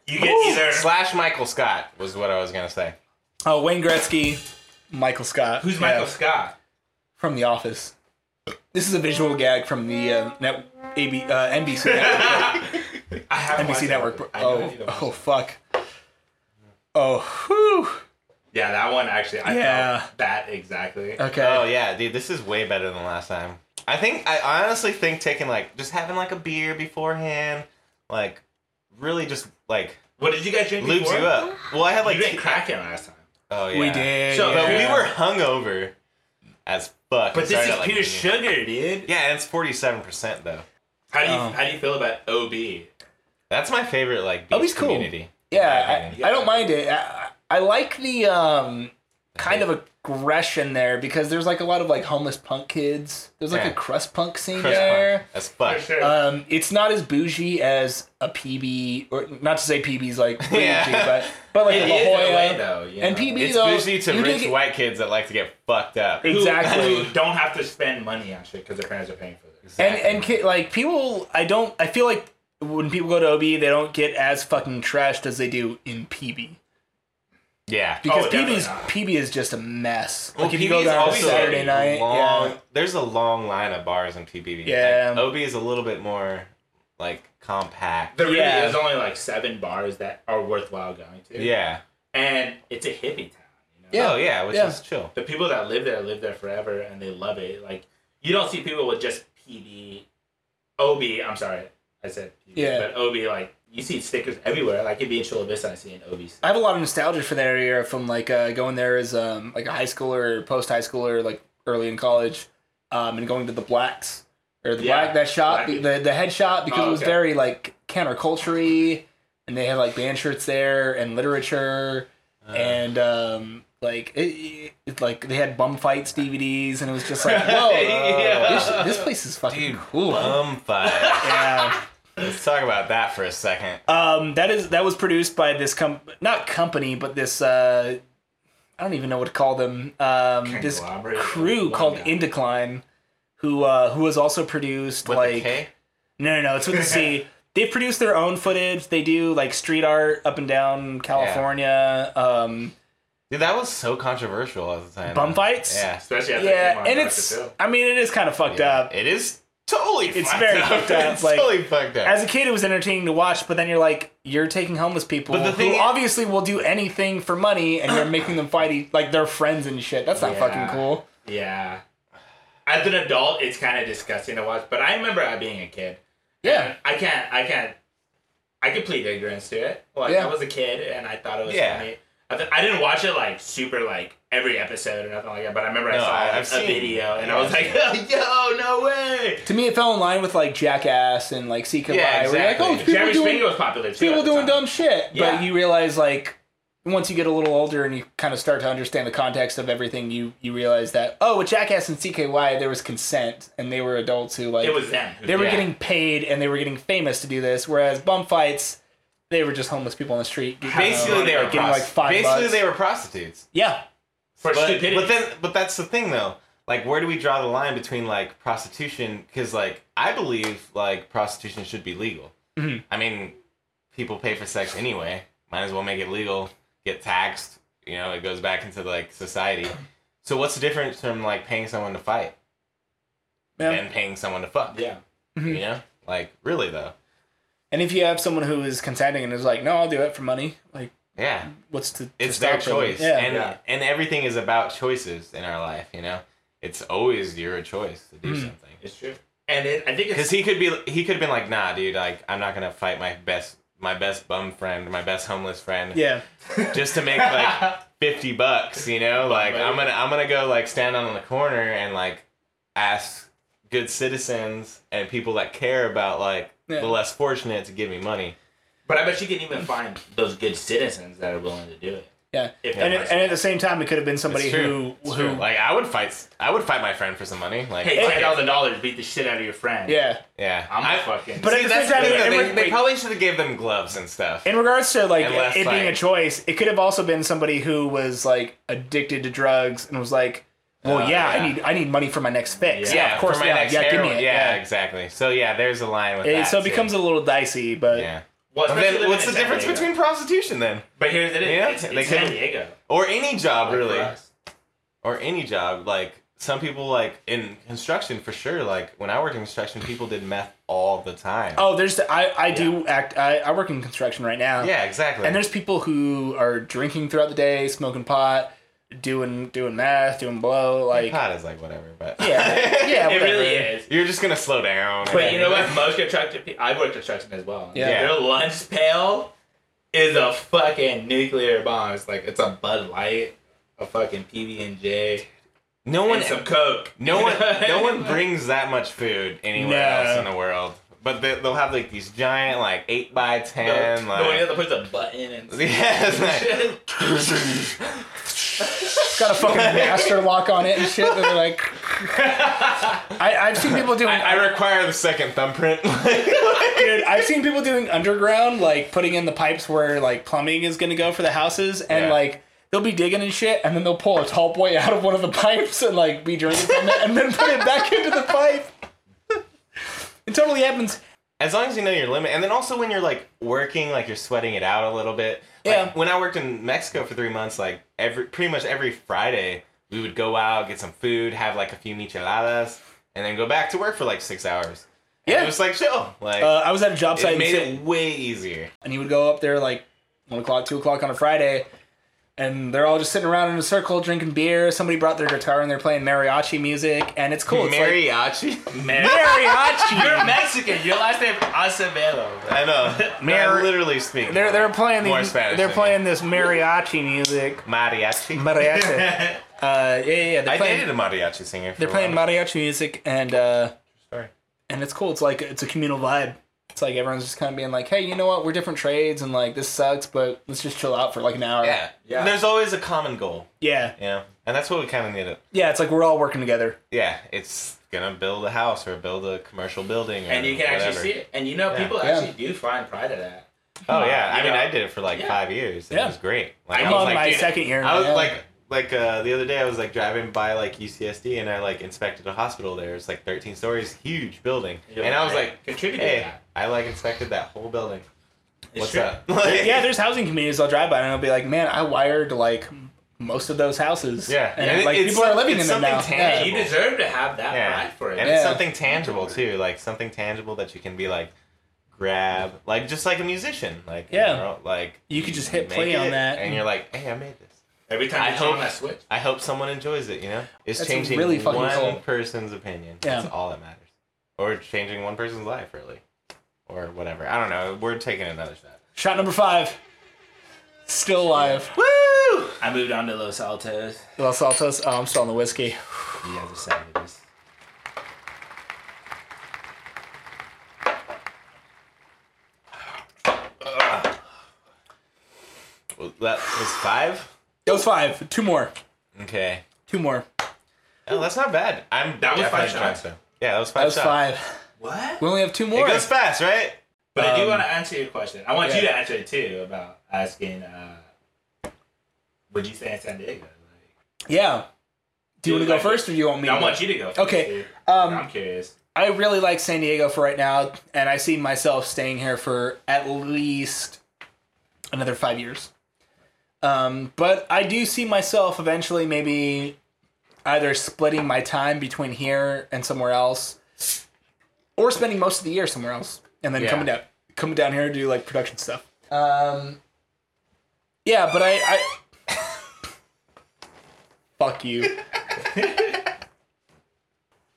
S1: You get either
S3: Slash Michael Scott was what I was gonna say.
S2: Oh, Wayne Gretzky, Michael Scott.
S1: who's
S2: Yeah,
S1: Michael Scott?
S2: From The Office. This is a visual gag from the uh, net, AB, uh,
S1: <laughs>
S2: NBC network.
S1: I haven't watched
S2: NBC
S1: it.
S2: network. bro.
S1: I know
S2: Oh,
S1: you don't watch
S2: oh
S1: it.
S2: fuck. Oh, whew.
S1: Yeah, that one actually. I
S2: Yeah.
S1: felt that exactly.
S2: Okay.
S3: Oh yeah, dude, this is way better than last time. I think I honestly think taking like just having like a beer beforehand, like really just like
S1: What did you guys drink?
S3: lubes
S1: before?
S3: you up. Well, I had like
S1: you didn't
S3: tea-
S1: crack it last time.
S3: Oh yeah,
S2: We did.
S1: So,
S3: But
S2: yeah.
S3: we were hungover as fuck.
S1: But
S3: Sorry
S1: this is
S3: to, like,
S1: pure
S3: you-
S1: sugar, dude.
S3: Yeah, and it's forty-seven percent though.
S1: How do you
S2: Oh.
S1: how do you feel about OB?
S3: That's my favorite like beach
S2: Oh, he's cool.
S3: community.
S2: Yeah, I, I don't mind it. I, I like the um, kind of aggression there because there's like a lot of like homeless punk kids. There's like
S3: Yeah.
S2: a crust punk scene
S3: Chris
S2: there.
S3: Pine. That's fuck.
S1: Uh,
S2: Um, it's not as bougie as a PB, or not to say PB's like
S1: <laughs>
S2: bougie,
S3: Yeah.
S2: but but like
S1: It
S2: La
S1: is in a
S2: Jolla
S1: way, though, you
S2: and
S1: know.
S2: PB
S3: It's
S2: though
S3: bougie to
S2: you dig
S3: rich
S2: it-
S3: white kids that like to get fucked up.
S1: Who-
S2: exactly.
S1: Who don't have to spend money on shit because their parents are paying for this.
S2: and and ki- like people, I don't. I feel like when people go to OB, they don't get as fucking trashed as they do in PB.
S3: Yeah.
S2: Because
S1: Oh, definitely
S2: PB's
S1: not.
S2: PB is just a mess. Like
S3: Well,
S2: if you go
S3: PB is
S2: there on a
S3: always a
S2: Saturday night,
S3: long- Oh,
S2: yeah.
S3: There's a long line of bars in PBB.
S2: Yeah.
S3: Like, OB is a little bit more like compact.
S1: There really
S2: Yeah.
S1: is only like seven bars that are worthwhile going to.
S3: Yeah.
S1: and it's a hippie town. You know?
S3: Oh yeah, which
S2: Yeah.
S3: is chill.
S1: the people that live there live there forever and they love it. Like you don't see people with just PB, OB. I'm sorry, I said PB,
S2: Yeah.
S1: but OB. Like you see stickers everywhere. Like it'd be in Chula Vista, I see an OB. sticker.
S2: I have a lot of nostalgia for that area from like uh, going there as um, like a high schooler or post high schooler, like early in college, um, and going to the blacks or the
S1: Yeah,
S2: black that shop,
S1: Blackie.
S2: the the head shop because
S1: Oh,
S2: it was
S1: okay.
S2: very like counterculture and they had like band shirts there and literature and um, like it, it, like they had bum fights DVDs and it was
S1: <laughs>
S2: just like whoa, uh,
S3: Yeah.
S2: this, this place is fucking
S3: Dude,
S2: cool.
S3: Bum fight.
S2: <laughs> Yeah.
S3: Let's talk about that for a second.
S2: Um, that is that was produced by this com not company, but this uh, I don't even know what to call them. Um, this
S1: Conglomerate.
S2: crew
S1: One
S2: called
S1: guy.
S2: Indecline, who uh, who has also produced
S3: With
S2: like
S3: the K?
S2: no no no it's with the
S3: <laughs>
S2: C. They produce their own footage. They do like street art up and down California. Um,
S3: Dude, that was so controversial at the time.
S2: Bum fights?
S3: Yeah.
S1: especially after it came
S2: yeah,
S1: on
S2: and
S1: Dr.
S2: it's
S1: Phil.
S2: I mean it is kind of fucked up.
S3: It is totally
S2: It's
S3: fucked
S2: very
S3: up. <laughs>
S2: fucked up,
S3: It's
S2: like-
S3: totally fucked up.
S2: As a kid, it was entertaining to watch, but then you're like, you're taking homeless people
S3: But the
S2: who
S3: thing is-
S2: obviously will do anything for money, and you're making them fight e- like they're friends and shit. That's not
S1: Yeah.
S2: fucking cool.
S1: Yeah. As an adult, it's kind of disgusting to watch, but I remember I being a kid.
S2: Yeah.
S1: I can't. I can't. I could plead ignorance to it. Like
S2: Yeah.
S1: I was a kid and I thought it was
S3: Yeah.
S1: funny. I, th- I didn't watch it like super like every episode or nothing like that. But I remember I
S3: No,
S1: saw
S3: I-
S1: like,
S3: I've
S1: a
S3: seen-
S1: video and
S3: yeah,
S1: I was
S3: I've
S1: like, <laughs> "Yo, no way!"
S2: To me, it fell in line with like Jackass and like Seek and
S3: Yeah,
S2: Lie, where you're
S3: exactly.
S2: like, oh,
S1: Jeremy
S2: people
S1: Springer
S2: doing
S1: was popular too.
S2: people
S1: at the
S2: doing
S1: time.
S2: dumb shit,
S1: Yeah.
S2: but you realize like once you get a little older and you kind of start to understand the context of everything, you you realize that oh, with Jackass and CKY, there was consent, and they were adults who like
S1: It was them.
S2: They were
S3: Yeah.
S2: getting paid and they were getting famous to do this, whereas bum fights, they were just homeless people on the street. getting-
S3: basically, they were
S2: getting like
S3: prostitutes.
S2: five
S3: basically,
S2: bucks.
S3: they were prostitutes.
S2: yeah,
S1: for
S3: but,
S1: stupidity.
S3: But then, but that's the thing though. Like, where do we draw the line between like prostitution? Because like I believe like prostitution should be legal.
S1: Mm-hmm.
S3: I mean, people pay for sex anyway. Might as well make it legal. Get taxed. You know, it goes back into like society. So what's the difference from like paying someone to fight
S2: Yeah.
S3: and paying someone to fuck?
S1: yeah.
S3: You know, like really though.
S2: And if you have someone who is consenting and is like, "No, I'll do it for money," like,
S3: Yeah,
S2: what's to to
S3: it's
S2: stop
S3: their
S2: them?
S3: choice,
S2: Yeah,
S3: and uh,
S1: yeah.
S3: and everything is about choices in our life. You know, it's always your choice to
S2: Hmm.
S3: do something.
S1: It's true. And it, I think it's
S3: Because he could be, he could have been like, nah, dude, like I'm not gonna fight my best, my best bum friend, my best homeless friend,
S2: yeah.
S3: just to
S2: <laughs>
S3: make like fifty bucks, you know? Like I'm gonna, I'm gonna go like stand on the corner and like ask good citizens and people that care about like
S2: Yeah.
S3: the less fortunate to give me money.
S1: But I bet you can even find those good citizens that are willing to do it.
S2: Yeah,
S1: If
S2: and,
S1: that
S2: it, and at the same time, it could have been somebody
S3: It's true.
S2: who
S3: It's
S2: who
S3: true. like I would fight. I would fight my friend for some money. Like
S1: Hey,
S3: fuck
S1: ten
S3: it.
S1: thousand dollars, beat the shit out of your friend.
S2: yeah.
S3: yeah,
S1: I'm
S3: I-
S1: a fucking.
S2: But
S3: See,
S2: at the
S3: that's
S2: same
S3: the
S2: time,
S3: thing,
S2: it-
S3: though,
S2: it
S3: they,
S2: would-
S3: they probably should have gave them gloves and stuff.
S2: In regards to like
S3: And less
S2: it being a
S3: like-
S2: choice, it could have also been somebody who was like addicted to drugs and was like, "Well, yeah,
S3: Uh, yeah.
S2: I need I need money for my next fix. Yeah,
S3: yeah,
S2: of course,
S3: for my
S2: yeah,
S3: next
S2: yeah, give me
S3: heroin.
S2: it.
S3: Yeah, exactly. So yeah, there's a line with
S2: It-
S3: that.
S2: so it becomes a little dicey, but
S3: yeah.
S1: Well,
S3: But
S1: especially
S3: then what's
S1: living
S3: the
S1: in San
S3: difference
S1: Diego.
S3: between prostitution then,
S1: But here's it is.
S3: Yeah,
S1: it's,
S3: they
S1: it's San
S3: could-
S1: Diego.
S3: or any job
S1: like
S3: really,
S1: for us.
S3: or any job? Like some people like in construction for sure. Like when I worked in construction, people did meth all the time.
S2: Oh, there's I I do act I, I work in construction right now.
S3: yeah, exactly.
S2: And there's people who are drinking throughout the day, smoking pot, doing doing meth, doing blow, like
S3: pot is like whatever, but <laughs>
S2: yeah,
S1: <laughs>
S2: yeah,
S1: It
S2: whatever.
S1: really is.
S3: you're just gonna slow down.
S1: But you know what? Most construction people, I work construction as well.
S2: Yeah.
S1: Their lunch pail is a fucking nuclear bomb. It's like it's a Bud Light, a fucking PB and J,
S3: No one
S1: and some Coke.
S3: No one,
S1: <laughs>
S2: <laughs>
S3: no one brings that much food anywhere
S2: No.
S3: else in the world. But they, they'll have like these giant, like eight by ten,
S1: No, no one has
S3: like
S1: to push a button
S3: <laughs>
S1: and.
S3: yeah, it's like,
S2: Got a fucking master lock on it and shit. And they're like, <laughs> I, I've seen people doing.
S3: I, I require the second thumbprint. <laughs>
S2: Dude, I've seen people doing underground, like putting in the pipes where like plumbing is gonna go for the houses, and
S3: Yeah.
S2: like they'll be digging and shit, and then they'll pull a tall boy <laughs> out of one of the pipes and like be drinking from it, and then put it back into the pipe. <laughs> It totally happens.
S3: as long as you know your limit, and then also when you're like working, like you're sweating it out a little bit. Like,
S2: Yeah.
S3: When I worked in Mexico for three months, like every pretty much every Friday, we would go out, get some food, have like a few micheladas, and then go back to work for like six hours. And
S2: Yeah.
S3: it was like chill. Like
S2: Uh, I was at a job site
S3: it
S2: in
S3: made
S2: San-
S3: it way easier.
S2: and he would go up there like one o'clock, two o'clock on a Friday, and they're all just sitting around in a circle drinking beer. Somebody brought their guitar and they're playing mariachi music, and it's cool. It's like
S3: Mariachi. <laughs>
S2: mariachi.
S1: You're Mexican. Your last name is Acevedo.
S2: <laughs>
S3: I know.
S2: Mar-
S3: I literally speak.
S2: They're they're playing
S3: More
S2: these,
S3: Spanish
S2: they're
S3: than
S2: playing this mariachi music.
S3: mariachi.
S2: Mariachi. uh, yeah, yeah, yeah. They're
S3: <laughs> I
S2: playing,
S3: dated a mariachi singer. For
S2: they're
S3: a
S2: playing
S3: while.
S2: mariachi music, and uh,
S3: Sorry.
S2: and it's cool. It's like it's a communal vibe. It's like everyone's just kind of being like, hey, you know what? We're different trades, and like this sucks, but let's just chill out for like an hour.
S3: Yeah.
S1: Yeah.
S3: There's always a common goal.
S2: yeah,
S3: You know, and that's what we kind of needed.
S2: yeah. It's like we're all working together.
S3: Yeah, it's gonna build a house or build a commercial building. Or
S1: And you can actually
S3: whatever.
S1: see it. And you know, people
S2: Yeah.
S1: actually do find pride in that.
S3: Oh yeah,
S1: You
S3: I mean,
S1: know.
S3: I did it for like
S1: Yeah.
S3: five years. and
S2: Yeah.
S3: It was great. Like,
S2: I'm
S3: was
S2: on
S3: like,
S2: my
S3: dude,
S2: second year
S3: I was
S2: now.
S3: like, <laughs> like uh, the other day, I was like driving by like UCSD, and I like inspected a hospital there. It's like 13 stories, huge building,
S1: You're
S3: and I was like,
S1: contributed to
S3: hey,
S1: that.
S3: I like inspected that whole building.
S1: It's
S3: What's
S1: true.
S3: up? <laughs>
S2: Yeah, there's housing communities I'll drive by, and I'll be like, man, I wired like most of those houses.
S3: Yeah.
S2: and,
S3: And it-
S2: like
S3: it's
S2: people are
S3: some-
S2: living in
S3: it's
S2: them now.
S3: something
S2: Yeah.
S1: And you deserve to have that
S3: yeah.
S1: pride for it.
S3: And
S2: Yeah.
S3: it's something tangible too, like something tangible that you can be like grab, like just like a musician, like you
S2: Yeah.
S3: know, like
S2: You could just hit
S3: make
S2: play on
S3: it,
S2: that
S3: and
S2: and-
S3: you're like, hey, I made this.
S1: Every time
S3: I
S1: you turn
S3: hope-
S1: on that switch.
S3: I hope someone enjoys it. You know, it's
S2: That's
S3: changing
S2: really fucking
S3: one
S2: cool.
S3: person's opinion.
S2: Yeah.
S3: That's all that matters, or changing one person's life, really, or whatever. I don't know. We're taking another shot.
S2: Shot number five, still alive.
S3: Woo!
S1: I moved on to Los Altos.
S2: Los Altos. Oh, I'm still on the whiskey.
S1: You guys are savages.
S3: Well, that was five.
S2: That was five. Two more.
S3: Okay.
S2: Two more.
S3: Oh, that's not bad. I'm
S1: That was five
S3: definitely drunk,
S1: shots.
S3: though. Yeah, that was five.
S2: That was
S3: shots.
S2: five.
S1: What?
S2: We only have two
S3: It
S2: more.
S3: goes fast, right?
S1: But I do
S2: Um,
S1: want to answer your question. I want
S2: yeah.
S1: you to answer it too about asking, uh, would you stay in San Diego? Like,
S2: yeah. Do you want to go
S1: Like-
S2: first, or do you want me?
S1: I
S2: to
S1: want
S2: go?
S1: you to go. First,
S2: Okay,
S1: dude.
S2: um,
S1: I'm curious.
S2: I really like San Diego for right now, and I see myself staying here for at least another five years. Um, but I do see myself eventually maybe either splitting my time between here and somewhere else, or spending most of the year somewhere else, and then
S3: Yeah.
S2: coming down coming down here to do like production stuff. Um, yeah, but I, I <laughs> fuck you.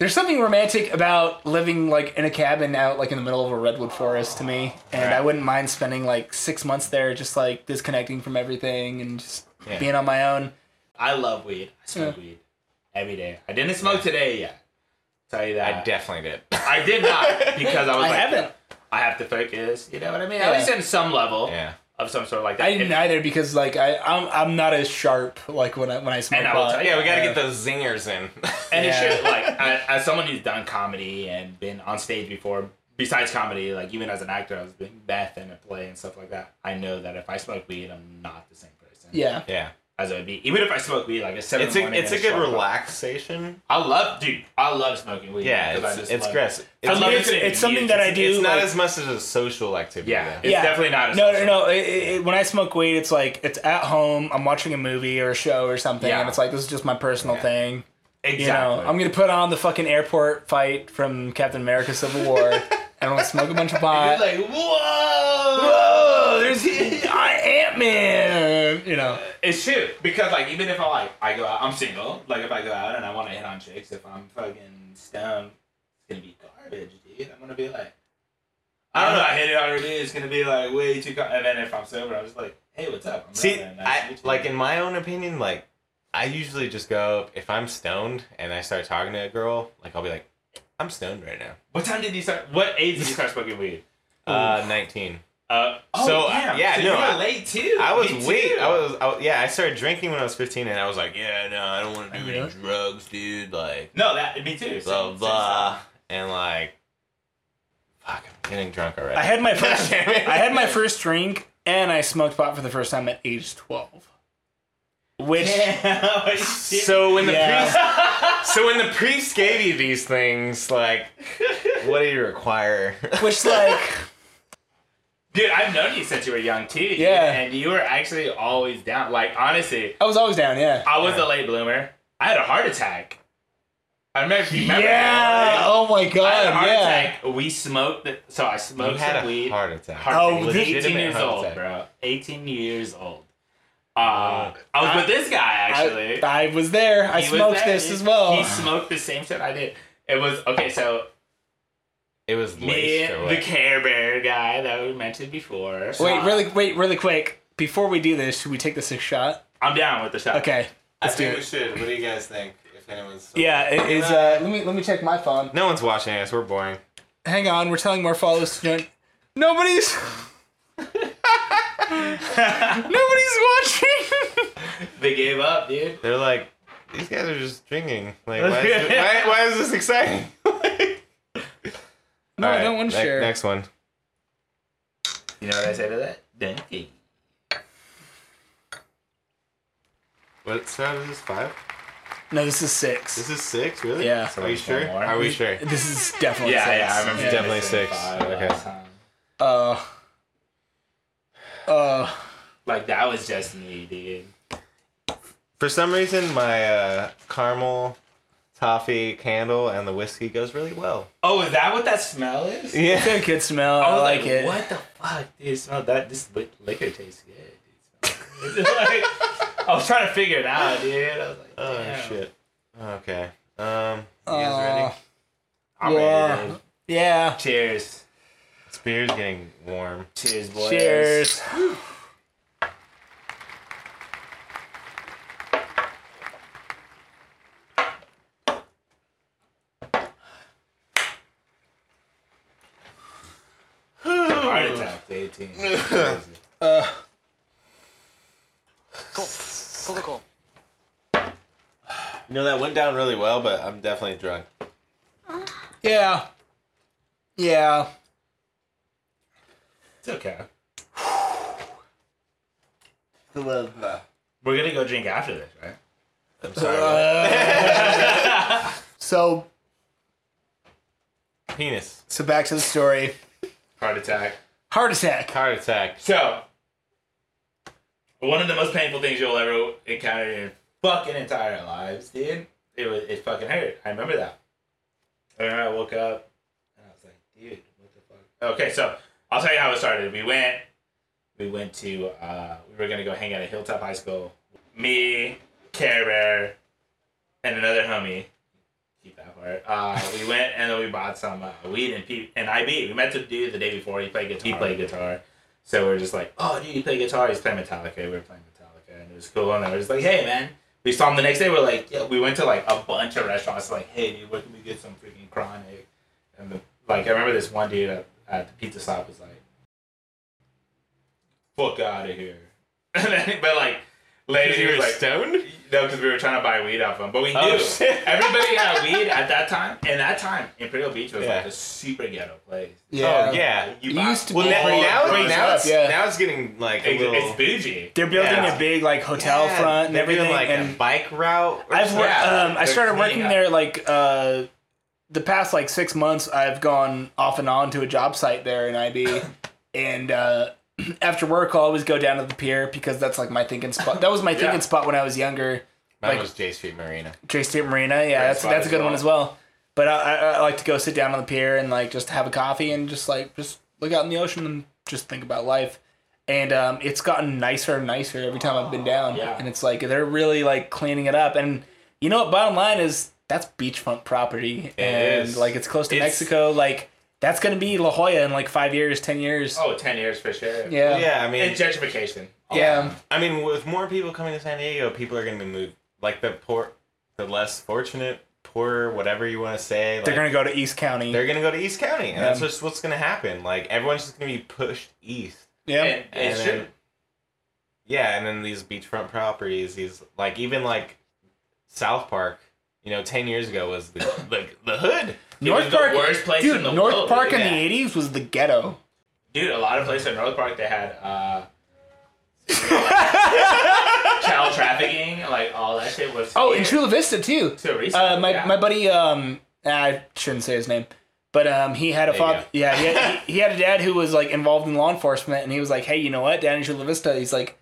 S2: There's something romantic about living like in a cabin out like in the middle of a redwood forest to me, and I wouldn't mind spending like six months there, just like disconnecting from everything and just
S3: Yeah.
S2: being on my own.
S1: I love weed. I smoke weed every day. I didn't smoke today yet. Tell you that.
S3: I definitely did.
S2: <laughs>
S1: I did not because I was
S2: I
S1: like, uh,
S2: haven't.
S1: I have to focus. You know what I mean?
S2: Yeah.
S1: At least in some level.
S3: Yeah.
S1: of some sort like that.
S2: I didn't
S1: And-
S2: either because like I I'm, I'm not as sharp like when I when I smoke
S1: And I will
S2: pot.
S1: tell you,
S3: Oh, Yeah, we gotta
S2: Uh,
S3: get those zingers in. <laughs>
S1: And
S2: Yeah.
S1: it should like I, as someone who's done comedy and been on stage before, besides comedy, like even as an actor, I was doing Beth and a play and stuff like that. I know that if I smoke weed, I'm not the same person.
S2: Yeah.
S3: yeah,
S1: as I would be. Even if I smoke weed, like a seven.
S3: it's
S1: in the
S3: a
S1: morning
S3: it's
S1: and
S3: a good
S1: strong-
S3: relaxation.
S1: I love, dude. I love smoking weed.
S3: Yeah,
S1: 'cause I
S3: it's
S1: just
S3: it's
S1: love-
S3: great.
S1: I
S3: It's,
S1: love
S2: it's,
S1: it.
S2: it's something that I do.
S3: it's not
S2: like-
S3: as much as a social activity.
S1: Yeah,
S3: though.
S1: it's definitely not. A
S2: no, no,
S1: social-
S2: no. It, it, it- when I smoke weed, it's like it's at home. I'm watching a movie or a show or something,
S1: Yeah.
S2: and it's like this is just my personal thing.
S1: Exactly.
S2: You know, I'm gonna put on the fucking airport fight from Captain America:
S1: <laughs>
S2: Civil War, and I'm gonna smoke a bunch of pot.
S1: like whoa. <laughs>
S2: Whoa, there's <laughs>
S3: <laughs>
S2: Ant Man. You know,
S1: It's true because like even if I like I go out, I'm single. Like if I go out and I want to hit on chicks, if I'm fucking stoned, it's gonna be garbage, dude. I'm gonna be like, I don't know. I hit it already. It's gonna be like way too. Gar- and then if I'm sober, I'm just like, hey, what's up? I'm
S3: See,
S1: Roman. Nice to
S3: I
S1: meet you."
S3: like in my own opinion, like I usually just go if I'm stoned and I start talking to a girl, like I'll be like, I'm stoned right now.
S1: what time did you start? What age did you start smoking weed?
S3: Uh, nineteen.
S1: Uh, oh,
S3: So,
S1: damn.
S3: yeah,
S1: so
S3: no,
S1: you were
S3: I-
S1: late too.
S3: I was
S1: Me
S3: wait.
S1: too.
S3: I was, I was yeah. I started drinking when I was fifteen, and I was like, yeah, no, I don't want to do any drugs, dude. Like
S1: no, that me too.
S3: blah
S1: Same-
S3: blah,
S1: <laughs> same
S3: and like, fuck, I'm getting drunk already.
S2: I had my first,
S3: Damn it.
S2: I had my first drink, and I smoked pot for the first time at age twelve.
S1: <laughs>
S2: Which
S1: stuff.
S3: So when the
S2: Yeah.
S3: priest, so when the priest gave you these things, like, what do <laughs> you require?
S2: Which like
S1: dude, I've known you since you were young too. dude,
S2: Yeah.
S1: and you were actually always down. Like honestly,
S2: I was always down, yeah.
S1: I was a late bloomer. I had a heart attack. I remember. If you remember
S2: Yeah.
S1: that,
S2: Oh my
S1: I had a
S2: god.
S1: heart
S2: Yeah.
S1: attack. We smoked. The, so I
S3: You
S1: smoked
S3: had
S1: some weed.
S3: a heart attack.
S1: Heart
S2: Oh,
S1: attack. I was 18
S2: this-
S1: years
S3: Legitimate heart
S1: old,
S3: attack.
S1: bro. 18 years old. Uh, I was with this guy actually.
S2: I, I was there. I
S1: He was
S2: smoked
S1: there.
S2: this as well.
S1: He smoked the same shit I did. It was okay. So
S3: It was
S1: me,
S3: laced or what?
S1: the Care Bear guy that we mentioned before.
S2: wait,
S1: Uh,
S2: really, wait, really quick. Before we do this, should we take the sixth shot?
S1: I'm down with the shot.
S2: Okay, let's do it.
S3: should. What do you guys think? If anyone's
S2: Yeah, it is. Uh, let me let me check my phone.
S3: no one's watching us, we're boring.
S2: Hang on, we're telling more followers to join. Nobody's. <laughs> Nobody's watching.
S1: They gave up, dude.
S3: They're like, these guys are just drinking. Like, why is this, why, why is this exciting? <laughs>
S2: no,
S3: All
S2: I
S3: right,
S2: don't want to
S3: ne-
S2: share.
S3: Next one.
S1: You know what I say to that? Donkey.
S3: What sound is this? Five?
S2: No, this is six.
S3: This is six, really?
S2: Yeah.
S3: Are you sure?
S1: One more.
S3: Are we sure?
S2: This is definitely
S1: Yeah,
S2: six.
S1: yeah, I remember.
S3: Yeah. Definitely six.
S1: Five
S3: Okay.
S1: last time.
S2: Uh, uh,
S1: Like that was just me, dude.
S3: For some reason, my uh, caramel toffee candle and the whiskey goes really well.
S1: Oh, is that what that smell is?
S2: it's got a good smell.
S1: I
S2: I,
S1: was
S2: like,
S1: Oh, like,
S2: it.
S1: What the fuck, dude? Smell that? This li- liquor tastes good. <laughs> Dude. It's like, I was trying to figure it out, dude. I was like,
S3: <laughs> Oh
S1: damn.
S3: shit. Okay. Um. You guys
S2: Uh,
S3: ready?
S1: I'm
S2: Yeah.
S1: ready, dude.
S2: yeah.
S1: Cheers.
S3: This beer's getting warm.
S1: Cheers, boys.
S2: Cheers.
S1: Heart attack, 18. <laughs>
S5: Cool. Cool, cool, cool.
S3: You know that went down really well, but I'm definitely drunk.
S2: Yeah. Yeah.
S1: it's okay.
S3: Sorry.
S1: We're gonna go drink after this, right?
S2: Uh. So,
S3: Penis.
S2: so back to the story.
S1: Heart attack.
S2: Heart attack.
S3: Heart attack.
S1: So, one of the most painful things you'll ever encounter in your fucking entire lives, dude. It was it fucking hurt. I remember that. And I woke up and I was like, dude, what the fuck? Okay, so I'll tell you how it started. We went, we went to, uh, we were gonna go hang out at Hilltop High School. Me, Care Bear, and another homie. Keep that part. Uh, we went and then we bought some uh, weed and P- and IB. We met the dude the day before. He played guitar. He played guitar. So we are just like, oh, dude, you play guitar? He's playing Metallica. We were playing Metallica, and it was cool. And then we are just like, hey, man. We saw him the next day. We're like, yeah, we went to like a bunch of restaurants. Like, hey, dude, where can we get some freaking chronic? And the, like, I remember this one dude at, at the pizza shop was like, fuck out of here. <laughs> And then- but like later, he
S3: You
S1: was
S3: were
S1: like,
S3: stoned?
S1: no, because we were trying to buy weed off him, but we knew
S3: Oh, shit.
S1: everybody
S3: <laughs>
S1: had weed at that time. And that time, Imperial Beach was like
S3: Yeah.
S1: a super ghetto place.
S2: Yeah.
S3: Oh, yeah.
S1: You
S2: It
S1: buy-
S2: used to
S3: Well,
S2: be
S3: now,
S2: pretty-
S3: now,
S2: pretty
S3: now,
S2: rough,
S3: it's,
S2: yeah.
S3: now it's getting like a
S1: It's,
S3: little.
S1: it's bougie.
S2: They're building
S3: Yeah.
S2: a big like hotel
S3: Yeah,
S2: front and
S3: they're doing,
S2: everything.
S3: like a
S2: and
S3: bike route. or
S2: I've wor-
S1: yeah,
S2: um, I
S1: they're
S2: started working
S1: cleaning up.
S2: there like uh, the past like six months. I've gone off and on to a job site there
S1: <laughs>
S2: in IB, and uh, <clears throat> after work I'll always go down to the pier because that's like my thinking spot. That was my thinking spot when I was younger.
S3: Mine
S2: like-
S3: was J Street Marina.
S2: J Street Marina, yeah, that's
S1: spot
S2: that's a
S1: as
S2: good one
S1: well.
S2: as well. But I, I, I like to go sit down on the pier and like just have a coffee and just like just look out in the ocean and just think about life. And um, it's gotten nicer and nicer every time I've been down.
S1: yeah.
S2: And it's like they're really like cleaning it up. And you know what? Bottom line is that's beachfront property, and
S3: is.
S2: like it's close to
S3: It's-
S2: Mexico. Like that's gonna be La Jolla in like five years, ten years.
S1: Oh, 10 years for sure.
S2: yeah.
S3: Yeah, I mean,
S1: And gentrification.
S2: Yeah.
S3: I mean, with more people coming to San Diego, people are going to move like the poor, the less fortunate, poorer, whatever you want to say. Like,
S2: They're gonna go to East County.
S3: they're gonna go to East County, and that's just what's going to happen. Like everyone's just going to be pushed east.
S2: yeah.
S1: And, and
S3: And
S1: sure.
S3: then- yeah, and then these beachfront properties, these like even like South Park, you know, ten years ago was
S2: <coughs>
S3: the like the hood.
S1: It was the worst place
S2: dude.
S1: in the
S2: North
S1: world,
S2: Park in
S1: yeah.
S2: the '80s was the ghetto.
S1: Dude, a lot of places in North Park they had
S2: <laughs>
S1: uh, child trafficking, like all that shit was.
S2: Oh, in Chula Vista too.
S1: Chula Vista,
S2: Uh, my
S1: yeah.
S2: my buddy, um, I shouldn't say his name, but um, he had a
S3: There you
S2: father.
S3: go.
S2: Yeah, he had, he, he had a dad who was like involved in law enforcement, and he was like, "Hey, you know what? Down in Chula Vista, he's like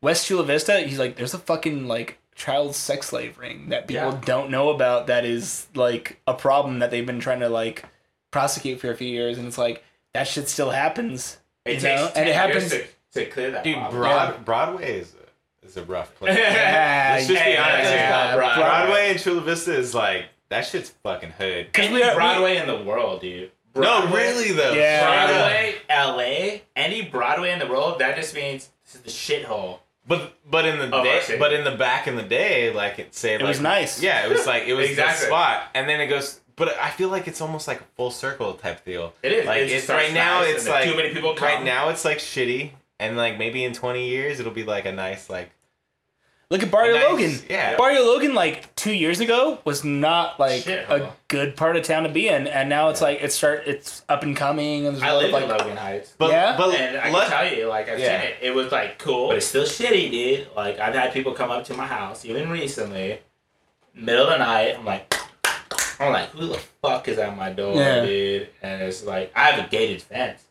S2: West Chula Vista. He's like, there's a fucking like child sex slave ring that people
S1: Yeah.
S2: don't know about. That is like a problem that they've been trying to like prosecute for a few years, and it's like that shit still happens.
S1: It
S2: you
S1: takes
S2: know,
S1: 10
S2: and it happens.
S1: years to, to clear that. <laughs>
S3: Dude,
S1: problem.
S3: Broad Broadway is is a rough
S2: <laughs>
S3: place.
S2: Yeah,
S3: Let's just be
S2: yeah,
S3: honest here.
S2: yeah,
S1: Broad-
S3: Broadway and Chula Vista is like that shit's fucking hood.
S2: 'Cause we are- we-
S1: Broadway in the world, dude.
S3: No,
S1: Broadway-
S3: really though.
S2: Yeah.
S1: Broadway, LA, any Broadway in the world, that just means this is the shithole.
S3: But but in the
S1: Of our
S3: day,
S1: city.
S3: but in the back in the day, like it say
S2: It was nice.
S3: Yeah, it was like it was
S1: Exactly.
S3: the spot, and then it goes. But I feel like it's almost like a full circle type deal.
S1: It is.
S3: Like
S1: It just
S3: it's
S1: starts
S3: right now.
S1: nice, and
S3: it's
S1: then
S3: like
S1: too many people
S3: Right
S1: come.
S3: now, it's like shitty, and like maybe in twenty years, it'll be like a nice like.
S2: Look at Barrio
S3: Nice.
S2: Logan.
S3: Yeah.
S2: Barrio Logan, like two years ago, was not like
S1: Shit, huh?
S2: a good part of town to be in, and now it's like it's start it's up and coming and there's a
S1: I
S2: lot of,
S1: live in
S2: like
S1: Logan Heights.
S3: But
S2: Yeah.
S3: but
S1: And I
S3: let-
S1: can tell you, like I've
S3: Yeah.
S1: seen it. It was like cool, but it's still shitty, dude. Like I've had people come up to my house, even recently, middle of the night. I'm like, I'm like, who the fuck is at my door,
S2: Yeah.
S1: dude? And it's like I have a gated fence.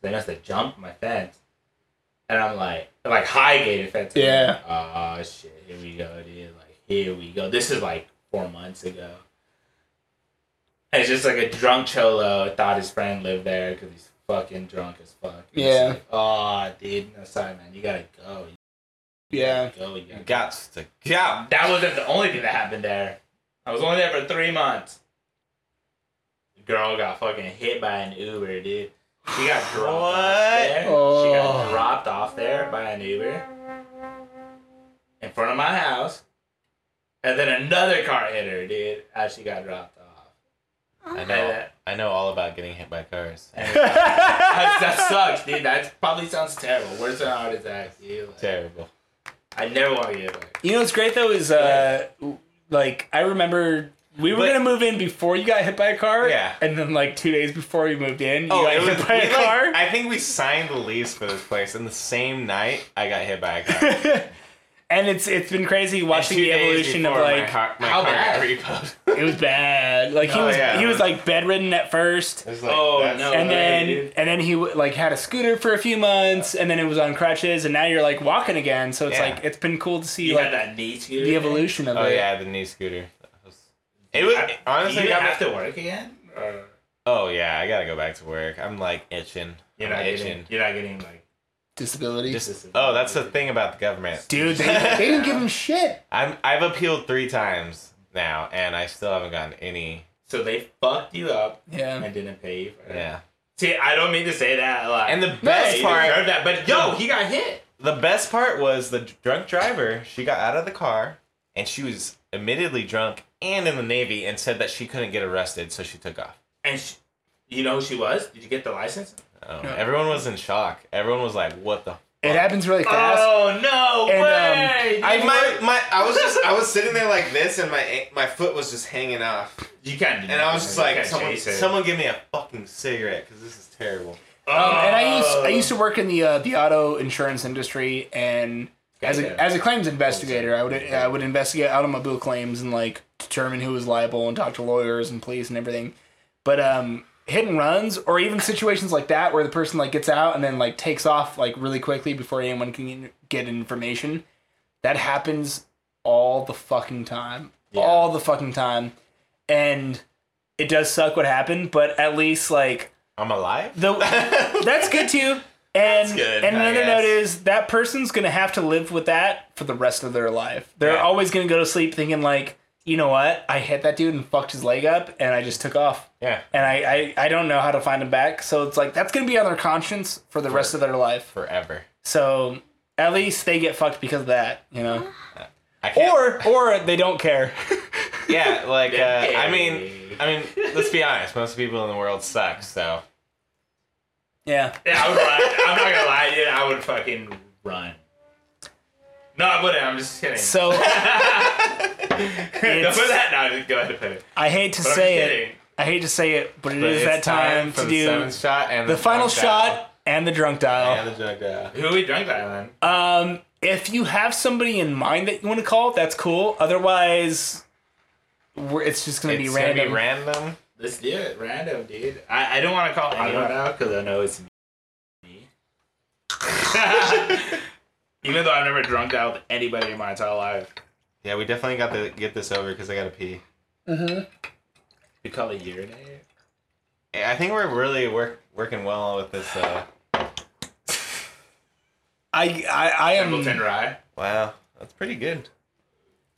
S1: They must have jumped my fence, and I'm like, like high gated fence. I'm
S2: Yeah.
S1: Like, oh shit, here we go, dude. Like here we go. This is like four months ago. And It's just like a drunk cholo thought his friend lived there because he's fucking drunk as fuck. And it's
S2: Yeah.
S1: Like, oh, dude, no, sorry, man. You gotta go. You
S2: yeah.
S1: gotta go. You gotta go.
S3: got to yeah.
S1: That wasn't the only thing that happened there. I was only there for three months. The girl got fucking hit by an Uber, dude. She got dropped off
S3: What?
S1: there. She got
S2: Oh.
S1: dropped off there by an Uber in front of my house. And then another car hit her, dude, as she got dropped off.
S3: I know.
S1: Yeah.
S3: I know all about getting hit by cars.
S1: <laughs>
S3: <laughs>
S1: that, that sucks, dude. That probably sounds terrible. Worse than a heart attack, dude. Like,
S3: Terrible.
S1: I never want to get like.
S2: You know what's great though is uh like I remember we were
S3: But-
S2: gonna move in before you got hit by a car.
S3: Yeah.
S2: And then like two days before you moved in, you
S3: Oh,
S2: got
S3: it
S2: hit
S3: <laughs> was-
S2: by
S3: we,
S2: a
S3: like-
S2: car.
S3: I think we signed the lease for this place, and the same night I got hit by
S2: <laughs>
S3: a car.
S2: <laughs> and it's it's been crazy watching
S3: Two
S2: the
S3: days
S2: evolution of
S3: before my
S2: like
S3: car, my
S1: how
S3: car got
S1: bad?
S3: repoed.
S2: it was bad. Like he
S3: Oh,
S2: was
S3: yeah.
S2: he was like bedridden at first.
S3: It's like,
S1: Oh,
S3: that's-
S1: no.
S2: and
S1: way,
S2: then
S1: dude.
S2: and then he w- like had a scooter for a few months and then it was on crutches and now you're like walking again so it's
S3: Yeah.
S2: like it's been cool to see
S1: You had
S2: like
S1: that knee scooter.
S2: the
S1: thing?
S2: evolution of
S3: Oh
S2: it
S3: yeah, the knee scooter. That was- It was
S1: I-
S3: honestly.
S1: Do you
S3: got me-
S1: have to work again? Or
S3: oh yeah, I gotta go back to work. I'm like itching.
S1: you're
S3: I'm
S1: not getting.
S3: itching.
S1: You're not getting like.
S2: disability
S3: Just, oh, that's the thing about the government. <laughs>
S2: dude they, they didn't give him shit
S3: I'm I've appealed three times now, and I still haven't gotten any.
S1: So they fucked you up <laughs>
S2: yeah
S1: and didn't pay you for it.
S3: Mm. Yeah.
S1: See, I don't mean to say that. Like,
S3: And the
S1: hey,
S3: best
S1: you
S3: part, Mm.
S1: deserve that, but yo, he got hit.
S3: the best part was the drunk driver. She got out of the car, and she was admittedly drunk and in the navy, and said that she couldn't get arrested, so she took off.
S1: And she, you know who she was? Did you get the license?
S3: Oh, Everyone was in shock. Everyone was like, "What the
S2: It happens really fast.
S1: Oh no
S2: And, um,
S1: way!
S2: I-
S1: You-
S3: my, my, I was just, I was sitting there like this, and my my foot was just hanging off,
S1: you can't. do
S3: and I
S1: nothing.
S3: was just
S1: You
S3: like,
S1: can't
S3: someone,
S1: chase it.
S3: someone, give me a fucking cigarette, because this is terrible.
S2: Um, and I used
S1: Oh.
S2: I used to work in the uh, the auto insurance industry, and as
S1: Gotcha.
S2: a as a claims investigator, I would I would investigate automobile claims and like determine who was liable and talk to lawyers and police and everything. But um, hit and runs, or even situations like that where the person like gets out and then like takes off like really quickly before anyone can get information, that happens all the fucking time, all the fucking time, and it does suck what happened. But at least like
S3: I'm alive. <laughs>
S2: the that's good too. And
S3: good,
S2: and
S3: I
S2: another
S3: guess.
S2: note is that person's gonna have to live with that for the rest of their life. They're
S3: Yeah.
S2: always gonna go to sleep thinking like, you know what? I hit that dude and fucked his leg up, and I just took off.
S3: Yeah.
S2: And I, I, I don't know how to find him back. So it's like that's gonna be on their conscience for the rest of their life.
S3: Forever.
S2: So at least they get fucked because of that, you know.
S3: I can't-
S2: Or or they don't care.
S3: <laughs>
S2: <laughs>
S3: yeah, like uh, I mean, I mean, let's be honest. Most people in the world suck. So
S2: yeah.
S1: Yeah, I would run. I'm not gonna lie, dude. I would fucking run. No, I wouldn't. I'm just kidding. <laughs>
S2: So
S1: Don't
S2: it's-
S1: put that. No, just go ahead and put it.
S2: I hate to
S1: I'm
S2: say it.
S1: kidding.
S2: I hate to say it, but it is
S3: It's
S2: that time,
S3: for
S2: to
S3: the
S2: do
S3: seventh shot and
S2: the final
S3: drunk dial.
S2: shot and the drunk dial.
S3: and the drunk dial.
S1: Who are we drunk by then?
S2: Um, if you have somebody in mind that you want to call, that's cool. Otherwise, we're, it's just gonna
S3: It's
S2: be
S3: gonna
S2: random.
S3: be random.
S1: Let's do it, random, dude. I, I don't want to call anyone out because I know it's me. <laughs> Even though I've never drunk out with anybody in my entire life,
S3: Yeah, we definitely got to get this over because I gotta pee.
S1: we call it urinate.
S3: Yeah, I think we're really work, working well with this. Uh,
S2: I, I, I
S1: Templeton
S2: am.
S1: rye.
S3: wow, that's pretty good.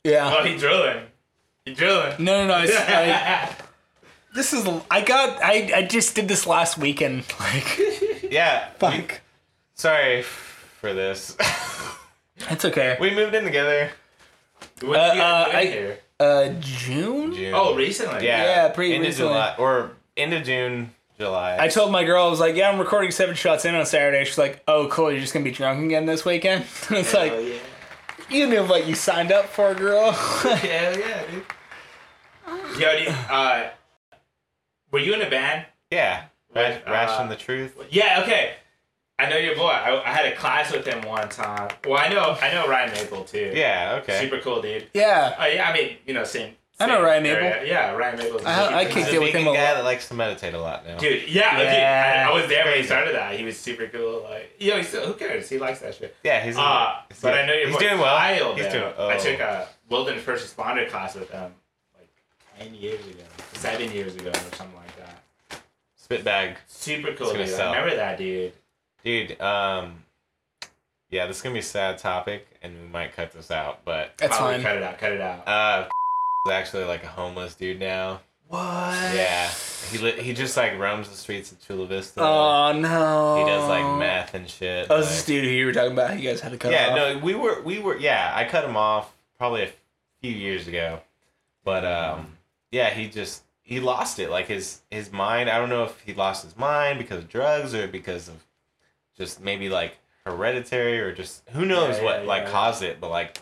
S2: Yeah.
S1: Oh, he drilling. He drilling.
S2: No, no, no. it's- I,
S1: <laughs>
S2: this is. I got. I, I just did this last weekend. <laughs> Like,
S3: Yeah. we-
S2: fuck.
S3: sorry for this. <laughs>
S2: It's okay.
S3: we moved in together.
S1: When
S2: Uh,
S1: did you guys
S2: uh,
S1: get
S2: I-
S1: here?
S2: Uh, June.
S3: June.
S1: Oh, recently.
S3: yeah.
S2: yeah, pretty
S3: end
S2: recently.
S3: of July or end of June, July.
S2: I told my girl, I was like, "Yeah, I'm recording seven shots in on Saturday." She's like, "Oh, cool. You're just gonna be drunk again this weekend." <laughs> it's like,
S1: Hell yeah.
S2: you knew what you signed up for, girl. <laughs>
S1: Hell <laughs> yeah, dude. Yo, do you, uh, were you in a band?
S3: yeah. Rash,
S1: Wait,
S3: Rash
S1: uh,
S3: and the truth.
S1: Yeah, okay. I know your boy. I, I had a class with him one time. Well, I know I know Ryan Maple too.
S3: Yeah. Okay.
S1: super cool dude.
S2: yeah.
S1: Oh yeah, I mean you know same.
S2: I know
S1: same
S2: Ryan Maple.
S1: area. Yeah, Ryan Maple.
S2: I- I
S3: He's
S2: kicked
S3: a
S2: it with him
S3: vegan
S2: a
S3: guy
S2: lot.
S3: that likes to meditate a lot now.
S1: Dude, yeah, dude,
S2: Yeah.
S1: I, I was there when he
S3: Crazy.
S1: started that. He was super cool. Like, yo, he's still, who cares? He likes that shit.
S3: Yeah, he's.
S1: Uh,
S3: he's
S1: but
S3: good.
S1: I know your
S3: He's
S1: boy
S3: doing well.
S1: Kyle,
S3: he's
S1: man.
S3: doing. Oh.
S1: I took a wilderness first responder class with him like ten years ago, seven years ago, or something like that.
S3: spit bag,
S1: Super cool.
S3: gonna
S1: Dude.
S3: sell.
S1: I remember that dude.
S3: dude. Um, yeah, this is gonna be a sad topic, and we might cut this out, but
S2: That's
S1: Probably
S2: fine.
S1: Cut it out. Cut it out.
S3: uh, <laughs> is actually like a homeless dude now.
S1: What?
S3: Yeah, he li- he just like roams the streets of Chula Vista.
S2: Oh no.
S3: he does like meth and shit.
S2: Oh, is
S3: like-
S2: this dude who you were talking about? You guys had to cut
S3: yeah,
S2: off.
S3: no, we were we were yeah, I cut him off probably a few years ago. But um yeah, he just he lost it. Like his his mind, I don't know if he lost his mind because of drugs or because of just maybe like hereditary or just who knows
S1: Yeah,
S3: what
S1: yeah,
S3: like
S1: yeah.
S3: caused it, but like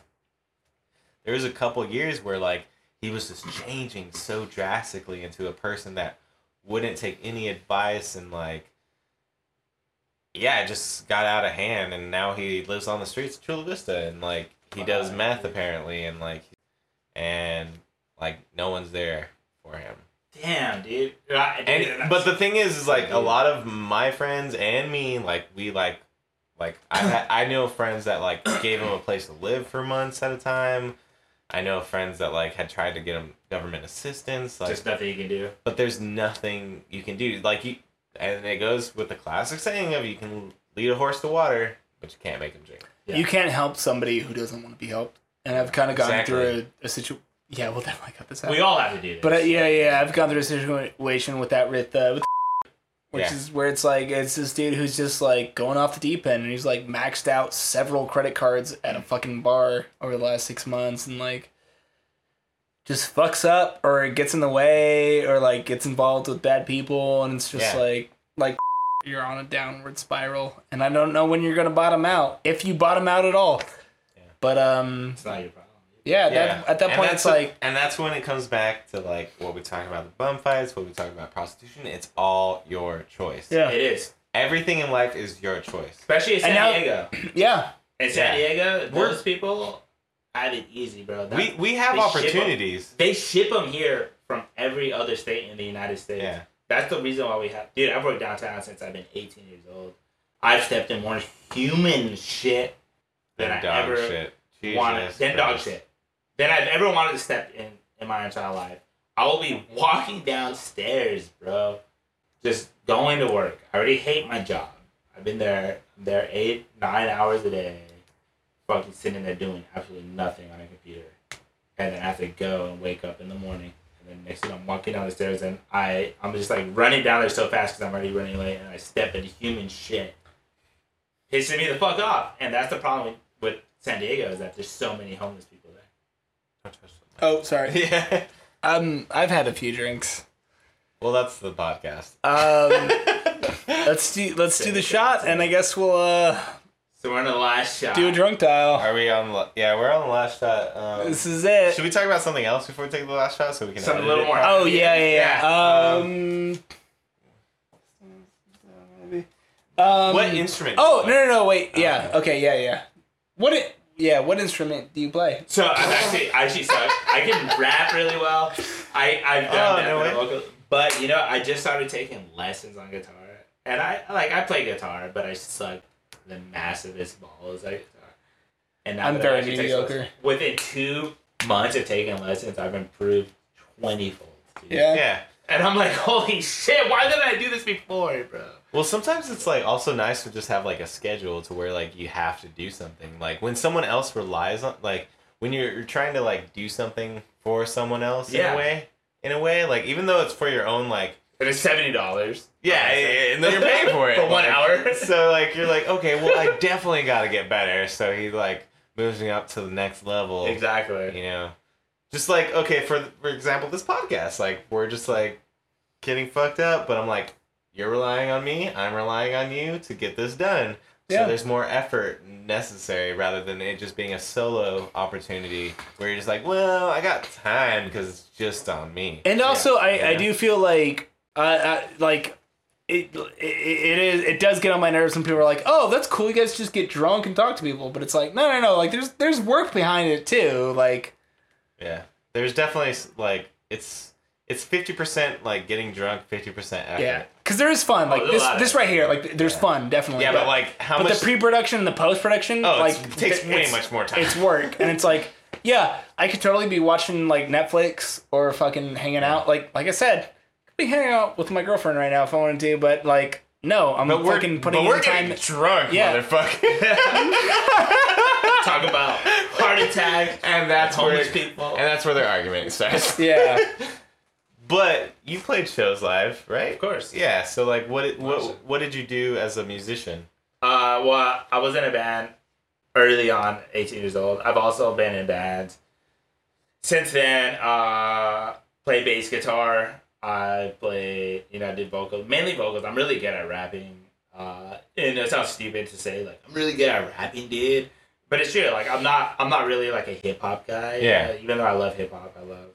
S3: there was a couple years where like he was just changing so drastically into a person that wouldn't take any advice and like yeah, it just got out of hand, and now he lives on the streets of Chula Vista, and like he does
S1: Wow.
S3: meth apparently, and like, and like no one's there for him.
S1: Damn, dude. I, dude,
S3: And
S1: that's-
S3: but the thing is, is like a lot of my friends and me, like we like, like I had, I know friends that like gave him a place to live for months at a time. I know friends that like had tried to get him government assistance, like
S1: just nothing you can do.
S3: but there's nothing you can do. Like you, and it goes with the classic saying of you can lead a horse to water, but you can't make him drink.
S1: Yeah.
S2: You can't help somebody who doesn't want to be helped. And I've kind of gone
S3: Exactly.
S2: through a, a situation. Yeah, we'll definitely cut this out.
S1: We all have to do this.
S2: But uh, yeah, yeah, I've gone through a situation with that with uh, with which
S3: Yeah.
S2: is where it's like it's this dude who's just like going off the deep end, and he's like maxed out several credit cards at a fucking bar over the last six months, and like just fucks up or gets in the way or like gets involved with bad people, and it's just
S3: Yeah.
S2: like <laughs> like you're on a downward spiral, and I don't know when you're gonna bottom out, if you bottom out at all. But um,
S1: It's not your problem.
S2: yeah,
S3: Yeah.
S2: That, at that
S3: And
S2: point, it's
S3: that's the-
S2: like <clears throat>
S3: and that's when it comes back to like what we talk about the bum fights, what we talk about prostitution. It's all your choice.
S2: yeah,
S1: It is.
S3: Everything in life is your choice.
S1: Especially in San
S2: And now-
S1: Diego.
S2: yeah,
S1: In San
S3: Yeah.
S1: Diego, those people have it easy, bro. That-
S3: We we have
S1: they ship 'em.
S3: opportunities.
S1: They ship them here from every other state in the United States.
S3: Yeah.
S1: That's the reason why we have. Dude, I've worked downtown since I've been 18 years old. I've stepped in more human shit than
S3: Than
S1: I
S3: dog
S1: ever
S3: shit.
S1: wanted
S3: Jesus
S1: than dog
S3: Christ.
S1: shit than I've ever wanted to step in in my entire life. I will be walking downstairs, bro, just going to work. I already hate my job. I've been there I'm there eight nine hours a day, fucking sitting there doing absolutely nothing on a computer, and then I have to go and wake up in the morning. And then next thing I'm walking down the stairs and I I'm just like running down there so fast because I'm already running late and I step into human shit pissing me the fuck off. And that's the problem with San Diego is that there's so many homeless people there.
S2: Oh, sorry.
S3: Yeah.
S2: Um, I've had a few drinks.
S3: Well, that's the podcast. <laughs>
S2: Um, let's do let's do the shot, and I guess we'll uh
S1: So we're in the last shot.
S2: do a drunk dial.
S3: Are we on? the- Yeah, we're on the last shot. Um,
S2: This is it.
S3: should we talk about something else before we take the last shot so we can?
S1: something a
S3: edit
S1: little
S3: it?
S1: more.
S2: Oh yeah, yeah, yeah. Um, um,
S3: What instrument? do you
S2: Oh
S3: play?
S2: no, no, no! Wait, yeah, okay, yeah, yeah. What it? Yeah, what instrument do you play?
S1: So I'm actually I actually suck. I can rap really well. I I've done
S3: Oh,
S1: that
S3: no
S1: for
S3: way.
S1: vocal, but you know I just started taking lessons on guitar, and I like I play guitar, but I suck the massivest balls at guitar. And now
S2: I'm
S1: that I
S2: very
S1: actually take
S2: mediocre.
S1: lessons- Within two months of taking lessons, I've improved twenty fold.
S2: Yeah.
S3: Yeah.
S1: And I'm like, holy shit! Why didn't I do this before, bro?
S3: Well, sometimes it's like also nice to just have like a schedule to where like you have to do something. Like when someone else relies on, like when you're, you're trying to like do something for someone else in
S1: Yeah.
S3: a way, in a way, like even though it's for your own, like
S1: And it's seventy dollars.
S3: yeah, yeah, yeah, and then you're paying for
S1: <laughs>
S3: it
S1: for one
S3: like,
S1: hour.
S3: <laughs> So like you're like okay, well I definitely got to get better. So he like moves me up to the next level.
S1: Exactly.
S3: You know, just like okay for for example this podcast, like we're just like getting fucked up, but I'm like you're relying on me, I'm relying on you to get this done.
S2: Yeah.
S3: So there's more effort necessary rather than it just being a solo opportunity where you're just like, well, I got time because it's just on me.
S2: And also, I, I
S3: Yeah.
S2: do feel like uh, uh like it, it it is it does get on my nerves when people are like, oh, that's cool. You guys just get drunk and talk to people, but it's like, no, no, no. Like there's there's work behind it too. Like
S3: Yeah, there's definitely like it's it's fifty percent like getting drunk, fifty percent effort.
S2: yeah, because there is
S3: Oh,
S2: fun. Like
S1: there's a
S2: this
S1: lot of
S2: this right here. Like there's fun definitely.
S3: Yeah, but like how
S2: but
S3: much?
S2: the pre-production and the post-production
S3: oh,
S2: like
S3: it's- it takes
S2: th-
S3: way
S2: it's-
S3: much more time.
S2: it's work and it's like yeah i could totally be watching like netflix or fucking hanging out like like i said could be hanging out with my girlfriend right now if i wanted to but like no i'm
S3: But we're,
S2: fucking putting
S3: but we're
S2: in
S3: getting
S2: time
S3: drunk,
S2: Yeah.
S3: motherfucker.
S1: Talk <laughs> about heart attack.
S3: <laughs> and <laughs> that's
S1: Homeless
S3: where
S1: people.
S3: and that's where their argument starts.
S2: <laughs> yeah
S3: <laughs> But you played shows live, right? Of
S1: course.
S3: Yeah. So like, what what what did you do as a musician?
S1: Uh, well, I was in a band early on, 18 years old. I've also been in bands. Since then, uh, play bass guitar. I play, you know, I did vocals, mainly vocals. I'm really good at rapping. Uh, and it sounds stupid to say, like, I'm really good at rapping, dude. But it's true. Like, I'm not, I'm not really like a hip hop guy.
S3: Yeah.
S1: uh, even though I love hip hop, I love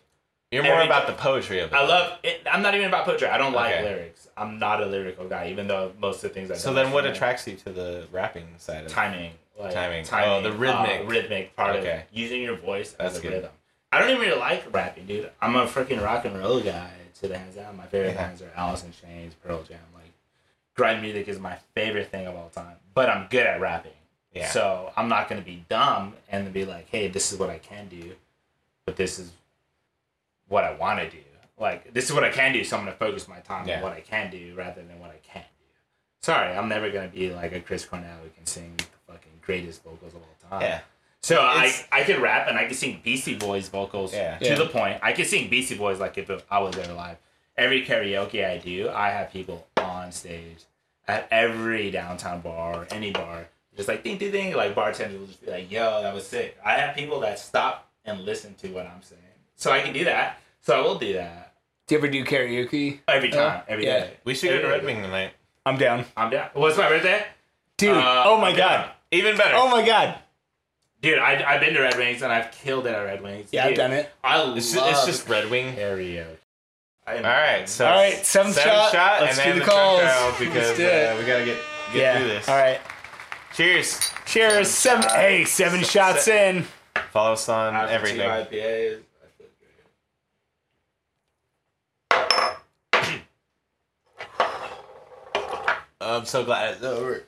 S3: You're more
S1: Every-
S3: about the poetry of it.
S1: I love it. I'm not even about poetry. I don't like
S3: Okay.
S1: lyrics. I'm not a lyrical guy, even though most of the things I
S3: So
S1: do
S3: then, what
S1: are
S3: attracts you to the rapping side of it?
S1: timing, like,
S3: Timing. Oh, the rhythmic.
S1: uh, rhythmic part of
S3: Okay.
S1: it. using your voice
S3: That's
S1: as a
S3: good.
S1: rhythm. I don't even really like rapping, dude. I'm a freaking rock and roll guy to the hands down. My favorite
S3: Yeah.
S1: bands are Alice in Chains, Pearl Jam. Like, grind music is my favorite thing of all time. But I'm good at rapping,
S3: Yeah.
S1: so I'm not gonna be dumb and be like, hey, this is what I can do, but this is what I want to do. Like, this is what I can do, so I'm gonna focus my time
S3: Yeah.
S1: on what I can do rather than what I can't do. Sorry, I'm never gonna be like a Chris Cornell who can sing the fucking greatest vocals of all time.
S3: yeah.
S1: So I,
S3: It's-
S1: I can rap and I can sing Beastie Boys vocals
S3: Yeah.
S1: to
S2: Yeah.
S1: the point. I can sing Beastie Boys like if I was there live. Every karaoke I do, I have people on stage at every downtown bar or any bar. Just like ding ding ding, like bartenders will just be like, "Yo, that was sick." I have people that stop and listen to what I'm saying, so I can do that. So I will do that
S2: do you ever do karaoke
S1: every
S2: Yeah.
S1: time, every day.
S2: Yeah.
S3: We should go to
S1: Every
S3: Red
S1: day.
S3: Wing tonight.
S2: I'm down.
S1: I'm down. What's my birthday?
S2: Dude,
S1: Uh,
S2: oh my
S1: I'm
S2: god.
S1: down. Even better.
S2: Oh my god.
S1: Dude, I, I've been to Red Wings and I've killed it at Red Wings.
S2: Yeah, I've
S1: Dude,
S2: done it.
S1: I love
S3: It's, just, it's just Red Wing.
S1: karaoke.
S3: All right, so
S2: All right, seventh shot. Let's
S3: and
S2: do
S3: then
S2: the calls.
S3: countdown because
S2: Let's do it.
S3: uh, we gotta get get
S2: yeah.
S3: through this.
S2: All right.
S3: cheers.
S2: Cheers. Seven. hey, seven shots in.
S3: Follow us on everything.
S1: IPAs.
S3: I'm so glad it's over.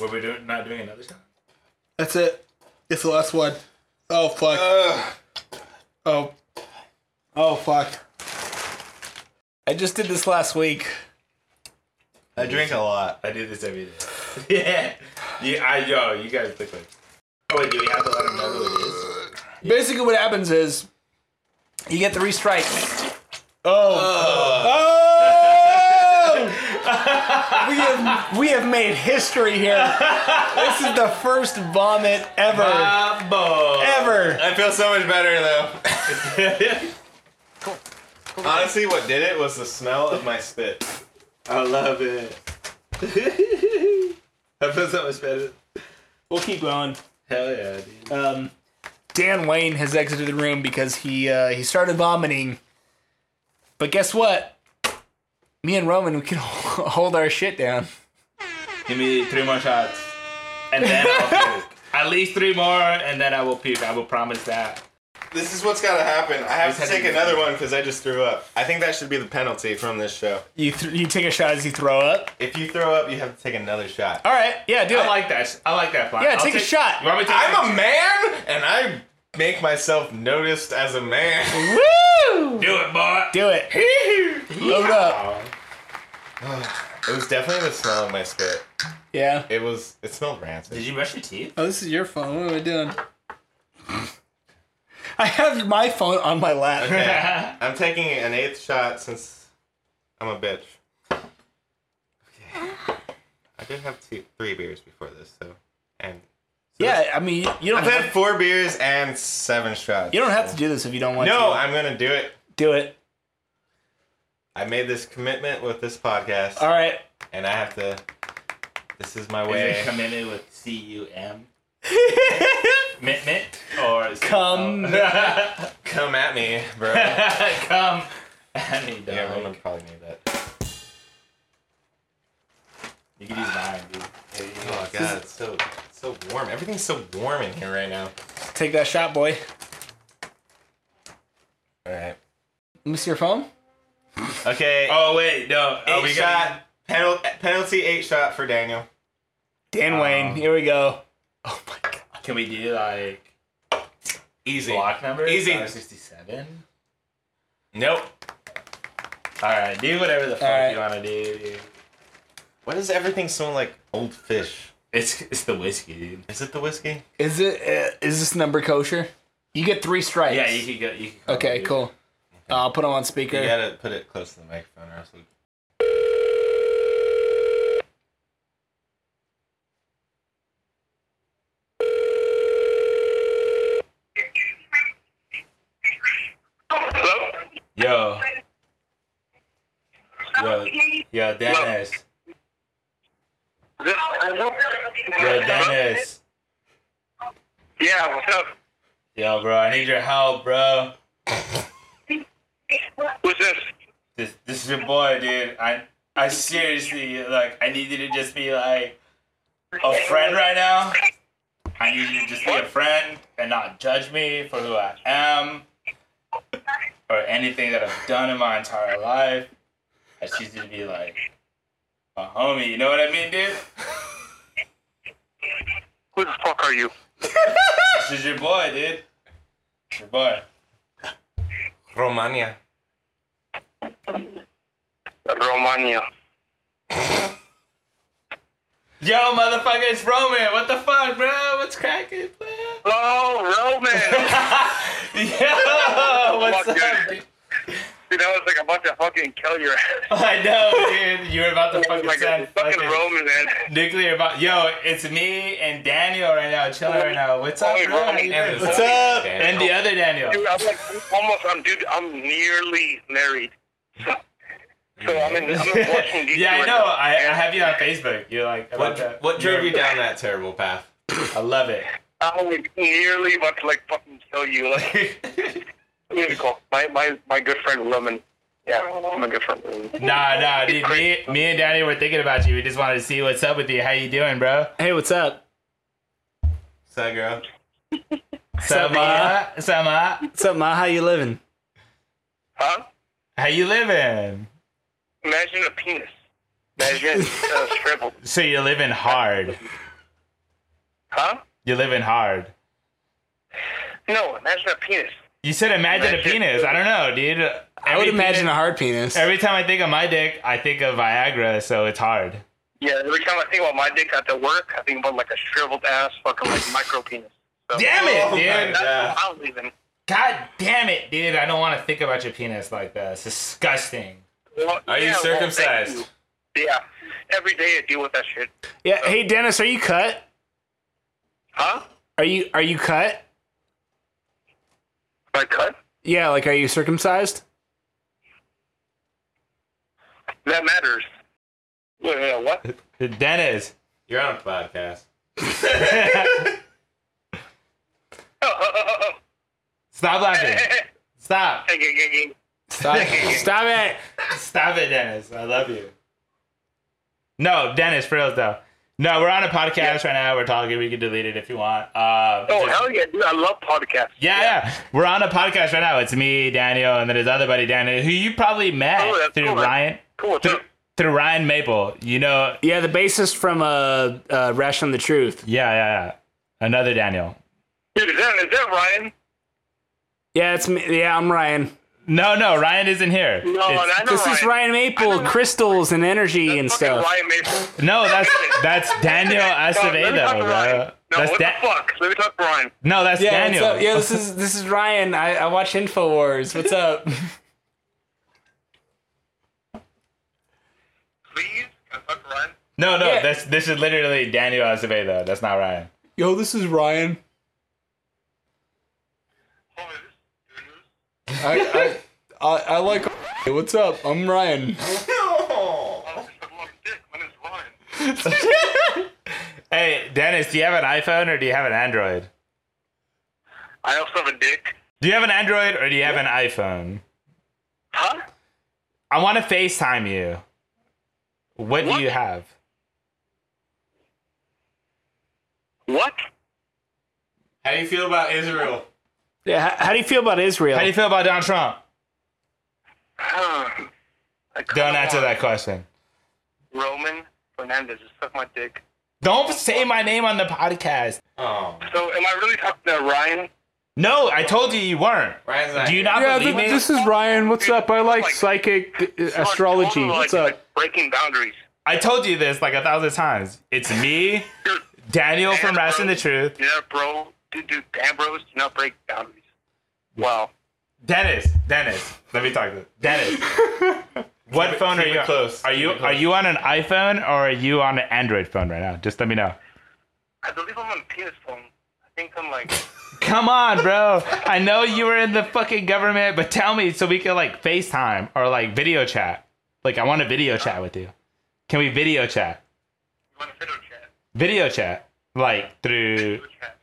S1: Were we doing, not doing another shot?
S2: That's it. It's the last one. Oh fuck. Oh. Oh fuck. I just did this last week.
S3: I drink a lot.
S1: I do this every day. <laughs> yeah. Yeah, I, yo, you guys look like. Oh, wait, do we have to let them know who it is?
S2: Basically, what happens is you get three strikes. Oh. <laughs> Oh! we, have, we have made history here. This is the first vomit ever. Ever.
S3: I feel so much better <laughs> though.
S5: Cool. Cool.
S3: Honestly, what did it was the smell of my spit.
S1: <laughs> I love it. <laughs> I feel so much better.
S2: We'll keep going.
S1: Hell yeah, dude.
S2: Um, Dan Wayne has exited the room because he uh, he started vomiting. But guess what? Me and Roman, we can <laughs> hold our shit down.
S1: Give me three more shots. And then <laughs> I'll puke. At least three more, and then I will puke. I will promise that.
S3: This is what's gotta happen. I have
S1: Just had
S3: to take
S1: to-
S3: another one because I just threw up. I think that should be the penalty from this show.
S2: You th- you take a shot as you throw up.
S3: If you throw up, you have to take another shot.
S2: All right, yeah, do
S1: I
S2: it.
S1: like that. I like that. Fine.
S2: Yeah, take a shot.
S1: You want me to take
S3: I'm a man, and I make myself noticed as a man. <laughs>
S2: Woo!
S1: Do it, boy.
S2: Do it. Load up.
S3: It was definitely the smell of my spit.
S2: Yeah.
S3: It was. It smelled rancid.
S1: Did
S3: <laughs>
S1: you brush your teeth? <laughs>
S2: Oh, this is your phone. What am I doing? I have my phone on my lap.
S3: Yeah. I'm taking an eighth shot since I'm a bitch. Okay. I did have two, three beers before this, so and
S2: Yeah, I mean, you don't
S3: I've had
S2: have,
S3: four beers and seven shots.
S2: you don't have to do this if you don't want
S3: No,
S2: to.
S3: I'm gonna do it.
S2: do it.
S3: I made this commitment with this podcast,
S2: All right.
S3: and I have to. This is my
S1: Is
S3: way.
S1: it committed with C U
S2: <laughs>
S1: M? Mint mint or is it- Oh.
S2: Come.
S3: Come at me,
S2: <laughs>
S3: bro.
S1: <laughs> come. <laughs> I need dog.
S3: yeah, Roman probably need that.
S1: You can use mine, dude. Hey, you know,
S3: Oh god, it's so it's so warm. Everything's so warm in here right now.
S2: Take that shot, boy.
S3: All right.
S2: Let me see your phone.
S3: Okay.
S1: Oh wait, no.
S3: Eight
S1: Oh, we
S3: shot
S1: got.
S3: penal- penalty. Eight shot for Daniel.
S2: Dan Wayne.
S1: Um,
S2: Here we go. Oh my god.
S1: Can we do like
S3: Easy.
S1: block numbers?
S3: Easy.
S1: Sixty-seven.
S3: Nope.
S1: All right, do whatever the fuck
S2: right.
S1: you wanna do. Dude.
S3: Why does everything smell like old fish?
S1: It's it's the whiskey, dude.
S3: Is it the whiskey?
S2: Is it? Uh, is this number kosher? You get three strikes.
S1: Yeah, you could go. You could call
S2: Okay,
S1: it, dude.
S2: cool. Uh, I'll put them on speaker.
S3: You gotta put it close to the microphone, or else. we-
S7: Hello?
S1: Yo, yo, yo, Dennis,
S7: This,
S1: yo, Dennis,
S7: Yeah, what's up?
S1: yo, bro, I need your help, bro.
S7: Who's this?
S1: This, this is your boy, dude. I, I seriously, like, I need you to just be like a friend right now. I need you to just be a friend and not judge me for who I am or anything that I've done in my entire life. I just need you to be like a homie. You know what I mean, dude?
S7: Who the fuck are you?
S1: This is your boy, dude. It's your boy.
S3: Romania.
S7: Romania.
S1: Yo, motherfucker, it's Roman. What the fuck, bro? What's cracking, <laughs> bro?
S7: Oh,
S1: <laughs>
S7: Roman!
S1: Yo, what's
S7: Fuck,
S1: up,
S7: dude.
S1: dude?
S7: Dude, that was like about to fucking kill your ass.
S1: <laughs> I know, dude. You were about to
S7: Oh
S1: fucking
S7: my
S1: sound
S7: god, fucking
S1: fucking
S7: Roman, man.
S1: nuclear bomb. Yo, it's me and Daniel right now, chilling right now. What's up,
S7: Holy
S1: bro? How
S7: Roman,
S1: you
S7: man.
S1: doing?
S3: What's
S2: up?
S1: And the other Daniel.
S7: <laughs> Dude, I'm like almost, I'm, dude, I'm nearly married. So I'm in, I'm
S1: <laughs>
S7: in Washington, D.C.
S1: yeah, I
S7: right
S1: know.
S7: now.
S1: I, I have you on Facebook. You're like, I love
S3: What
S1: that.
S3: what drove you down that terrible path?
S1: I love it.
S7: I was nearly about to like fucking kill you. Like,
S3: <laughs>
S7: I'm gonna call my my my good friend Lemon. Yeah, my good friend Lemon.
S1: Nah, nah, dude. Me, me and Danny were thinking about you. We just wanted to see what's up with you. How you doing, bro?
S2: Hey, what's up?
S3: Sad girl.
S1: Sama, Sama,
S2: What's up, Ma? How you living?
S7: Huh?
S1: how you living?
S7: Imagine a penis.
S3: <laughs>
S7: Imagine uh, shriveled.
S1: So you're living hard.
S7: Huh?
S1: You're living hard.
S7: No, imagine a penis.
S1: You said imagine a penis. I don't know, dude.
S2: I would
S1: Every
S2: imagine
S1: penis-
S2: a hard penis.
S1: Every time I think of my dick, I think of Viagra, so it's hard.
S7: Yeah, every time I think about my dick at the work, I think about like a shriveled ass fucking like micro penis. So,
S1: Damn it,
S3: Oh my
S1: dude.
S7: That's
S3: Yeah.
S7: what I'm leaving.
S1: God damn it, dude. I don't want to think about your penis like that. It's disgusting.
S7: Well,
S3: Are you
S7: yeah, well, thank
S3: circumcised?
S7: you. Yeah. Every day I deal with that shit.
S2: Yeah. Hey, Dennis, are you cut?
S7: Huh?
S2: Are you are you cut?
S7: My cut?
S2: Yeah. Like, are you circumcised?
S7: That matters. Wait, wait, what? Oh,
S1: Dennis.
S3: You're on a podcast.
S7: oh,
S1: Stop laughing. Stop.
S2: Stop, <laughs> Stop it.
S1: Stop it, Dennis. I love you. No, Dennis, for real though. No, we're on a podcast right now. We're talking. We can delete it if you want. Uh,
S7: oh
S1: just-
S7: hell yeah, dude! I love podcasts.
S1: yeah, yeah, We're on a podcast right now. It's me, Daniel, and then his other buddy, Daniel, who you probably met
S7: Oh, that's
S1: through
S7: cool.
S1: Ryan,
S7: Cool.
S1: through,
S7: So,
S1: through Ryan Maple. You know,
S2: Yeah, the bassist from uh, uh Rash on the Truth.
S1: yeah, yeah, yeah. Another Daniel.
S7: dude, is that, is that Ryan?
S2: Yeah, it's me. Yeah, I'm Ryan.
S1: No, no, Ryan isn't here.
S7: No,
S1: It's-
S7: I know
S2: This is Ryan Maple, crystals and energy and
S7: Fucking
S2: stuff.
S7: Ryan Mason.
S1: No, that's that's Daniel
S7: <laughs> No, let me talk
S1: Acevedo,
S7: to
S1: bro.
S7: Ryan. No,
S1: that's
S7: what
S1: Da-
S7: the fuck? Let me talk to Ryan.
S1: No, that's
S2: Yeah,
S1: Daniel.
S2: what's up? Yeah, this is this is Ryan. I, I watch Infowars. What's up?
S7: Please, can I talk to Ryan?
S1: No, no,
S2: Yeah.
S1: that's this is literally Daniel Acevedo. That's not Ryan.
S2: <laughs> Yo, this is Ryan.
S7: Oh, is this good news?
S2: I I, I, I like. <laughs> What's up? I'm Ryan.
S7: Oh, I love dick. My name's Ryan.
S1: Hey, Dennis, do you have an iPhone or do you have an Android?
S7: I also have a dick.
S1: Do you have an Android or do you have an iPhone?
S7: Huh?
S1: I want to FaceTime you. What, do you have?
S7: What? <sighs>
S3: How do you feel about Israel?
S2: Yeah. How, how do you feel about Israel?
S1: How do you feel about Donald Trump?
S7: Huh. I kinda
S1: Don't answer
S7: want
S1: that question.
S7: Roman Fernandez just suck my dick.
S1: Don't say my name on the podcast.
S3: Oh,
S7: So, am I really talking to Ryan?
S1: No, I told you you weren't.
S3: Ryan's not
S1: Do you
S3: here.
S1: not
S2: yeah,
S1: believe
S2: th-
S1: me?
S2: this is Ryan. What's up? I like
S7: Like-
S2: psychic uh,
S7: You are
S2: astrology.
S7: totally,
S2: What's
S7: like,
S2: up?
S7: Breaking boundaries.
S1: I told you this like a thousand times. It's me,
S7: Dude,
S1: Daniel from
S7: Ambrose-
S1: Rest in the Truth.
S7: Yeah, bro. Dude, dude, Ambrose, do not break boundaries. Wow.
S1: Dennis, Dennis, let me talk to Dennis.
S3: <laughs>
S1: what phone are
S3: keep
S1: you
S3: it
S1: on?
S3: close,
S1: Are
S3: keep
S1: you
S3: it close.
S1: are you on an iPhone or are you on an Android phone right now? Just let me know.
S7: I believe I'm on penis phone. I think I'm like,
S1: Come on, bro. I know you were in the fucking government, but tell me so we can like FaceTime or like video chat. Like I want to video chat with you. Can we video chat?
S7: you want to video chat?
S1: Video chat. Like through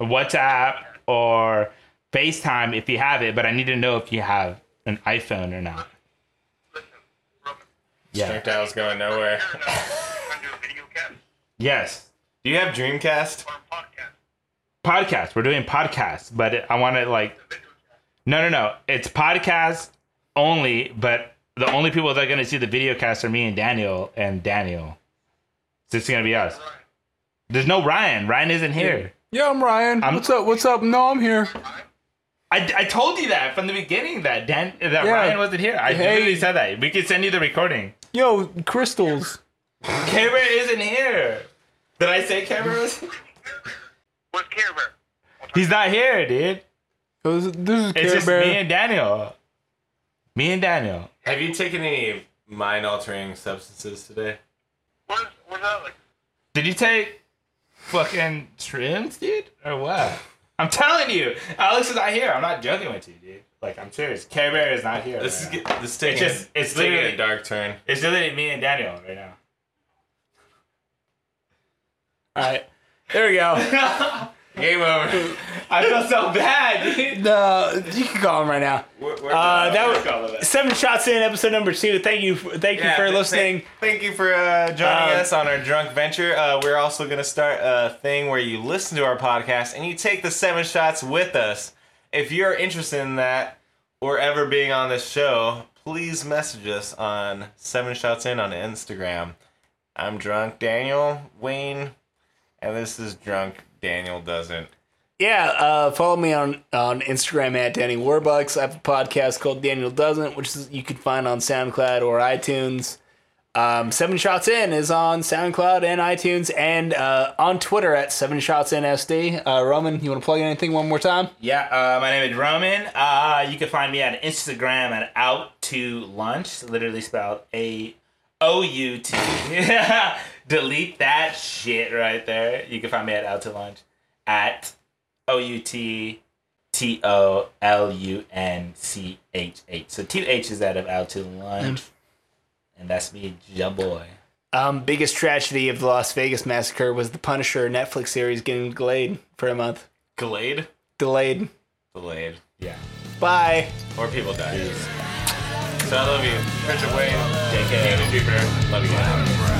S1: WhatsApp or FaceTime if you have it, but I need to know if you have an iPhone or not.
S7: Listen, Roman,
S1: Yeah.
S3: Checked out, was going nowhere.
S7: you're not trying to do a video cast
S1: Yes.
S3: Do you have Dreamcast?
S7: or a podcast.
S1: podcast. We're doing podcasts, but it, I want to like. No, no, no. It's podcast only, but the only people that are going to see the video cast are me and Daniel and Daniel. So it's going to be us. There's no Ryan. Ryan isn't here.
S2: Yeah, I'm Ryan.
S1: I'm-
S2: what's up? What's up? No, I'm here.
S1: I, I told you that from the beginning that Dan that
S2: Yeah.
S1: Ryan wasn't here. I
S2: Hey.
S1: literally said that. We could send you the recording.
S2: Yo, crystals.
S1: Camera isn't here. Did I say Camera was?
S7: Where's Care Bear?
S1: He's not here, dude.
S2: Yo, This this is
S1: It's
S2: Care
S1: just
S2: Bear.
S1: me and Daniel. Me and Daniel.
S3: Have you taken any mind altering substances today?
S7: Where's, where's Alex?
S1: Did you take fucking trims, dude, or what? I'm telling you, Alex is not here. I'm not joking with you, dude. Like I'm serious. Care Bear is not here.
S3: This is
S1: right
S3: get-
S1: now.
S3: this is taking-
S1: It's just
S3: it's
S1: it's
S3: taking a
S1: literally
S3: dark turn.
S1: It's literally me and Daniel right now.
S2: All right. There we go.
S1: Game over.
S3: <laughs>
S1: I feel so bad. dude.
S2: No, you can call him right now. Uh, that was seven shots in episode number two. Thank you, thank you
S3: Yeah,
S2: for
S3: th-
S2: listening.
S3: Thank, thank you for uh, joining
S2: Um,
S3: us on our drunk venture. Uh, we're also going to start a thing where you listen to our podcast and you take the seven shots with us. If you're interested in that or ever being on this show, please message us on Seven Shots In on Instagram. I'm drunk Daniel Wayne, and this is drunk Daniel doesn't.
S2: Yeah, uh, follow me on, on Instagram at Danny Warbucks. I have a podcast called Daniel Doesn't, which is, you can find on SoundCloud or iTunes. Um, Seven Shots In is on SoundCloud and iTunes and uh, on Twitter at Seven Shots In SD. Uh, Roman, you want to plug in anything one more time?
S1: Yeah, uh, my name is Roman. Uh, you can find me on Instagram at out to lunch, literally spelled A O U T. <laughs> Delete that shit right there. You can find me at out to lunch at O U T T O L U N C H H. So two H's out of out to lunch, and that's me, Ja boy.
S2: Um, biggest tragedy of the Las Vegas massacre was the Punisher Netflix series getting delayed for a month.
S3: Glade?
S2: Delayed.
S3: Glade.
S1: Yeah.
S2: Bye.
S3: Or people die. So I love you. Richard Wayne. JK. Love you guys.